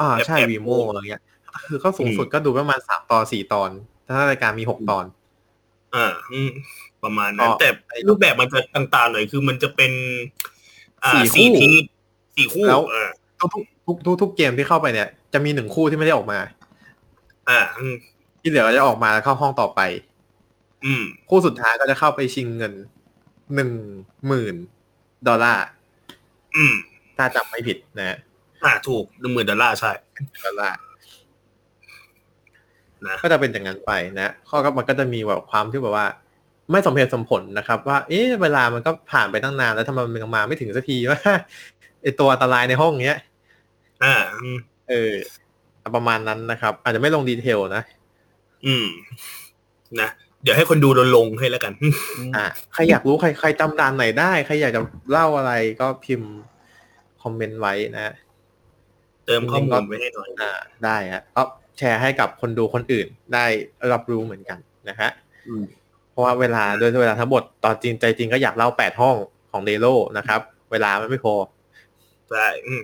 C: อ่าใช่
B: แอบๆ
C: วีโมอะไรเงี้ย คือก็สูงสุดก็ดูประมาณสามตอนสี่ตอน ถ้ารายการมีหกตอน
B: ่าอืมประมาณนั้น
C: ก็
B: แต่รูปแบบมันจะต่างๆหน่อยคือมันจะเป็น อ่า
C: สี่
B: สี่
C: คู่
B: ทีมสี่คู่
C: แล้ว
B: อ่า
C: ทุกทุกทุกทุกเกมที่เข้าไปเนี่ย จะมีหนึ่งคู่ที่ไม่ได้ออกมา
B: อ่าอืม
C: ที่เหลือก็จะออกมาแล้วเข้าห้องต่อไป
B: อืม
C: คู่สุดท้ายก็จะเข้าไปชิงเงินหนึ่งหมื่นดอลลาร์
B: อืม
C: ถ้าจำไม่ผิดนะฮะ
B: อ่าถูกหนึ่งหมื่นดอลลาร์ใช่
C: ก็ละ
B: นะ
C: ก็จะเป็นอย่างนั้นไปนะข้อก็มันก็จะมีแบบความที่แบบว่า ไม่สมเหตุสมผลนะครับ ว่า เอ๊ะเวลามันก็ผ่านไปตั้งนานแล้วทำไมมันยังมาไม่ถึงสักทีว่า ไอตัวอันตรายในห้องเนี้ย
B: อ่าอืม
C: เออประมาณนั้นนะครับ อาจจะไม่ลงดีเทลนะ
B: อืมนะเดี๋ยวให้คนดูเราลงให้แล้วกัน
C: อ่ะ ใครอยากรู้ใครใครจำด่านไหนได้ ใครอยากจะเล่าอะไรก็พิมพ์คอมเมนต์ไว้นะ
B: เติมข้อมูลไว้ให้หน่อย
C: อ่าได้ฮะก็แชร์ให้กับคนดูคนอื่นได้รับรู้เหมือนกันนะฮะ
B: อืม
C: เพราะว่าเวลาโดยเวลาทั้งหมดตอนจริงใจจริงก็อยากเล่าแปดห้องของเดโลนะครับ เวลามันไม่พอ
B: ใช่อืม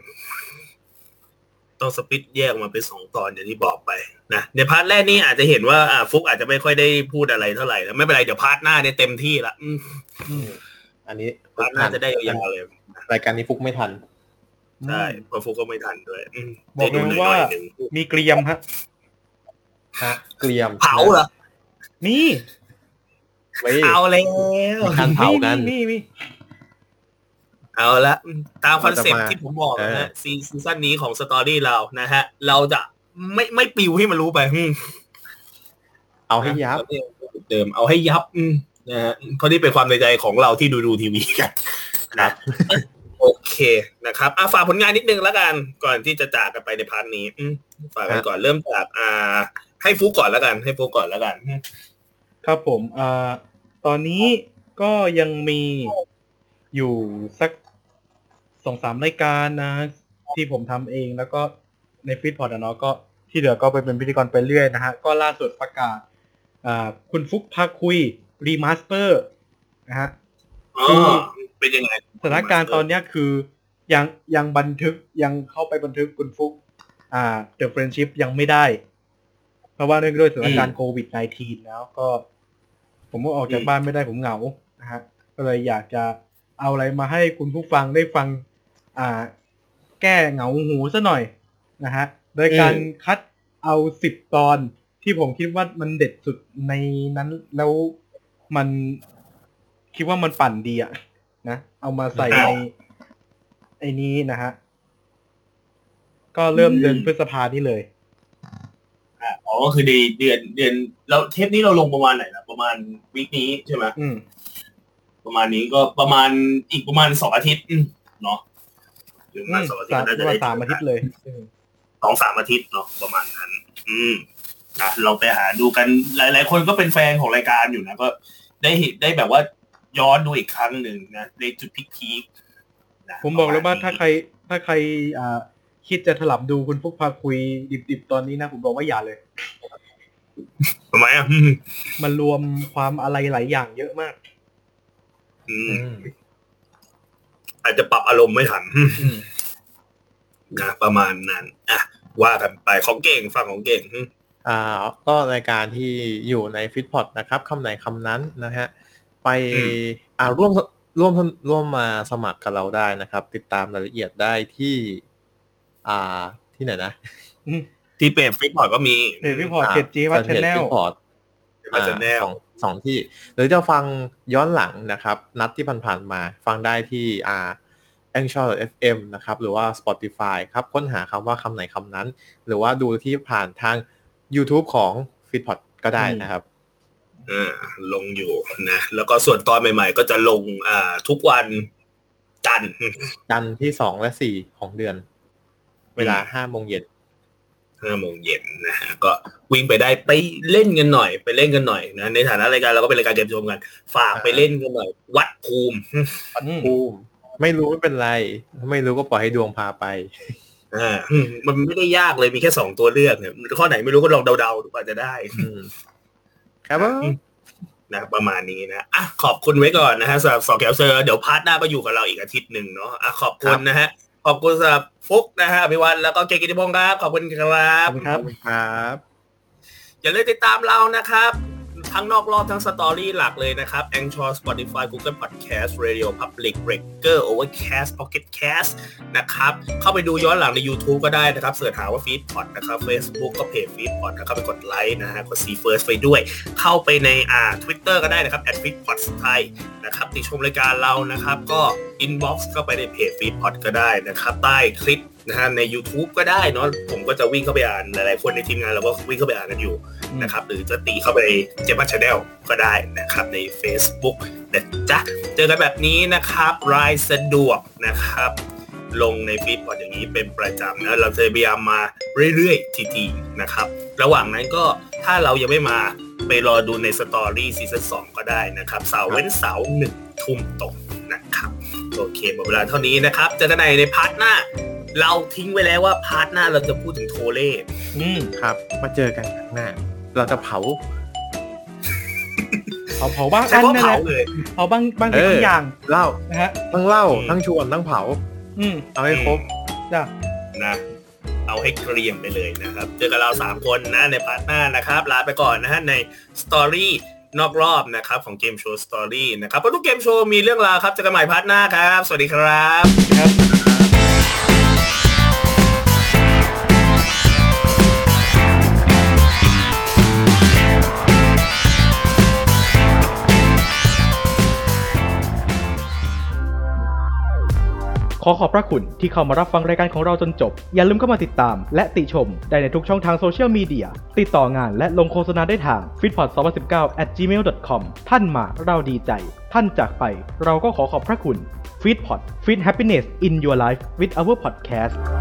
B: ต้องสปิดแยกออกมาเป็นสองตอนอย่างที่บอกไปนะในพาร์ทแรกนี่อาจจะเห็นว่าอ่าฟุกอาจจะไม่ค่อยได้พูดอะไรเท่าไหร่แล้วไม่เป็นไรเดี๋ยวพาร์ทหน้าเนี่ยเต็มที่ละอืม
C: อันนี้
B: พาร์ทหน้าจะได้ยาวๆเลย
C: รายการนี้ฟุกไม่ทัน
B: ใช่เพราะฟุกก็ไม่ทันด้วยอืม
A: บอกเลยว่า
B: ได้ดูหน่อยๆหนึ่ง
A: มีเกรียมฮะ
C: ฮะเกรียม
B: เผาเหรอ
A: มี
C: ไว้
B: เอาแล้ว
C: มีการเผากัน
A: มีมีมี
B: เอาละอืมตามคอนเซ็ปต์
C: เราจะมา
B: ที่ผมบอกนะ
C: เออ
B: ฮะซีซีซั่นนี้ของสตอรี่เรานะฮะ เราจะไม่ไม่ปิวให้มันรู้ไปอืม
C: เอาให้ยับ
B: เดิมเอาให้ยับอืมนะฮะเพราะนี่เป็นความในใจของเราที่ดูดูทีวีกัน
C: ค
B: นะ
C: รับ
B: โอเคนะครับอ่ะฝากผลงานนิดนึงแล้วกัน ก่อนที่จะจากกันไปในพาร์ทนี้อืมฝากกันก่อนเริ่มจากอ่า ให้ฟุกก่อนแล้วกัน ให้ฟุกก่อนแล้วกัน
A: ครับผมอ่าตอนนี้ก็ยังมีอยู่สักสองสามรายการนะ ที่ผมทำเองแล้วก็ในฟีดพอร์ตอะเนาะก็ที่เหลือก็ไปเป็นพิธีกรไปเรื่อยนะฮะ ก็ล่าสุดประกาศอ่าคุณฟุกพาคุย รีมาสเตอร์นะฮะ
B: อ๋อเป็นยังไง
A: สถานการณ์ตอนเนี้ยคือยังยังบันทึกยังเข้าไปบันทึกคุณฟุก อ่าเดอะเฟรนชิพยังไม่ได้ เพราะว่าเนื่องด้วยสถานการณ์โควิด -19 แล้วก็ ผมก็ออกจาก
B: อืม
A: บ้านไม่ได้ผมเหงานะฮะก็เลยอยากจะเอาอะไรมาให้คุณผู้ฟังได้ฟัง อ่า แก้เหงาหูซะหน่อยนะฮะโดยการ
C: อืม
A: คัดเอาสิบตอน ที่ผมคิดว่ามันเด็ดสุดในนั้นแล้วมันคิดว่ามันปั่นดีอะนะเอามาใส่ในไอ้นี้นะฮะ ก็เริ่มเดือนพฤษภานี่เลย
B: อ๋อก็คือในเดือนเดือนแล้วเทปนี้เราลงประมาณไหนนะประมาณวีคนี้ใช่ไหม
A: อืม
B: ประมาณนี้ก็ประมาณอีกประมาณสองอาทิตย์อืมเนาะหรือประมาณสองอาทิตย์
A: สาม
B: ก็น่าจะได้
A: สามอาทิตย์เลยอืม
B: สองสามอาทิตย์เนาะประมาณนั้น อืมอ่ะเราไปหาดูกันหลาย ๆ คนก็เป็นแฟนของรายการอยู่นะก็ได้เห็นได้แบบว่าย้อนดูอีกครั้งหนึ่งนะในจุดพีคๆนะ
A: ผมบอกเลยว่า
B: ประมณนี้
A: ถ้าใคร ถ้าใครอ่าคิดจะถลับดูคุณพวกพาคุยดิบๆตอนนี้นะ ผมบอกว่าอย่าเลย
B: ทำไมอ่ะอืม
A: มันรวมความอะไรหลายอย่างเยอะมาก
B: อื
C: อื
B: ม
C: ม
B: อาจจะปรับอารมณ์ไม่ทันอืม
A: อืม
B: นะประมาณนั้นอ่ะว่ากันไปของเก่งฝั่งของเก่งอืม
C: อ่าก็รายการที่อยู่ในฟิตพอดนะครับคำไหนคำนั้นนะฮะไปอ่าร่วมร่วมร่วมมาสมัครกับเราได้นะครับ ติดตามรายละเอียดได้ที่ อ่าที่ไหนนะ
B: ที่เป็นฟิกบอร์ดก็มี
A: เดวิพอร์ตเจ็ดจีวัตชแนล
C: พอร์ต
B: Fit Channel
C: สองสองที่ หรือจะฟังย้อนหลังนะครับ นัดที่ผ่านๆมา ฟังได้ที่อ่า a n c h o r FM นะครับ หรือว่า Spotify ครับ ค้นหาคำว่าคำไหนคำนั้น หรือว่าดูที่ผ่านทาง YouTube ของ f i t p o t ก็ได้นะครับ
B: อ่าลงอยู่นะแล้วก็ส่วนตอนใหม่ ๆ ก็จะลงอ่าทุกวันจันทร์อืม
C: จันทร์ที่สองและสี่ของเดือน เวลา
B: อืม
C: ห้าโมงเย็น
B: ห้าโมงเย็นนะฮะก็วิ่งไปได้ไปเล่นกันหน่อย ไปเล่นกันหน่อยนะในฐานะรายการเราก็เป็นรายการเกมโชมกัน ฝากไปเล่นกันหน่อย วัดภูมิอืม
C: ภูมิไม่รู้ไม่เป็นไร ไม่รู้ก็ปล่อยให้ดวงพาไป
B: อ่าอืมมันไม่ได้ยากเลยมีแค่สองตัวเลือกเนี่ยข้อไหนไม่รู้ก็ลองเดาๆดูอาจจะได้
C: อืมครับผม
B: นะประมาณนี้นะอ่ะขอบคุณไว้ก่อนนะฮะสำหรับสอแก้วเซอร์เดี๋ยวพาร์ทหน้าก็อยู่กับเราอีกอาทิตย์หนึ่งเนาะอ่ะขอบคุ
C: ครั
B: ณ
C: บ
B: นะฮะขอบคุณสำหรับฟุกนะฮะอภิวัตแล้วก็เกยรติกิติพงศ์ครับขอบคุณครั
A: ขอ
B: บ
A: บคุณครับ
C: ครับ
B: อย่าลืมติดตามเรานะครับ ทั้งนอกรอบทั้งสตอรี่หลักเลยนะครับ a n c h o r Spotify Google Podcast Radio Public Breaker Overcast Pocket Cast นะครับ เข้าไปดูย้อนหลังใน YouTube ก็ได้นะครับ เสิร์ชหาว่า f e e d p o d นะครับ Facebook ก็เพจ f e e d p o d นะครับไปกดไลค์นะฮะกด See First ไปด้วย เข้าไปในอ่า Twitter ก็ได้นะครับ at f e e d p o d Thai นะครับติชมรายการเรานะครับ ก็ Inbox เข้าไปในเพจ f e e d p o d ก็ได้นะครับ ใต้คลิปนะฮะใน YouTube ก็ได้เนาะผมก็จะวิ่งเข้าไปอ่านหลายๆคนในทีมงานเราก็วิ่งเข้าไปอ่านกันอยู่ นะครับหรือจะตีเข้าไปเจมัชแนลก็ได้นะครับใน Facebook นะจ๊ะเจอกันแบบนี้นะครับรายสะดวกนะครับ ลงในฟีดพอดอย่างนี้เป็นประจำนะเราจะพยายามมาเรื่อยๆทีๆนะครับ ระหว่างนั้นก็ถ้าเรายังไม่มาไปรอดูในสตอรี่ซีซั่นสก็ได้นะครับ เสาร์เว้นเสาร์หนึ่งทุ่มตรงนะครับ โอเคหมดเวลาเท่านี้นะครับ เจอกันในในพาร์ทหน้า เราทิ้งไว้แล้วว่าพาร์ทหน้าเราจะพูดถึงโทเล่
A: อืม
C: ครับมาเจอกันครั้งหน้า เราจะเผา
A: เผาเผาบ้าง
B: ใช้
A: อัน
B: ว่า
A: นั่นแห
B: เผา
A: ละ
B: เลย
A: เผาบ้างบ้างสิ่ง
C: เออ
A: บางอย่าง
C: เหล่า
A: นะฮะ
C: ทั้งเหล่าทั้งชวนทั้งเผา
A: อืม
C: เอาให้ครบ
A: จ้ะ
B: นะ เอาให้เกรียมไปเลยนะครับ เจอกับเรา 3 คนนะในพาร์ทหน้านะครับ ลาไปก่อนนะฮะในสตอรี่นอกรอบนะครับ ของเกมโชว์สตอรี่นะครับเพราะทุกเกมโชว์มีเรื่องราวครับ เจอกันใหม่พาร์ทหน้าครับ สวัสดีครับ
A: ครับขอขอบพระคุณที่เข้ามารับฟังรายการของเราจนจบ อย่าลืมเข้ามาติดตาม และติชมได้ในทุกช่องทางโซเชียลมีเดีย ติดต่องานและลงโฆษณาได้ทาง f i t p o d 2 0 1 9 at gmail.com ท่านมาเราดีใจ ท่านจากไปเราก็ขอขอบพระคุณ f i t p o d f i t Happiness in Your Life with our podcast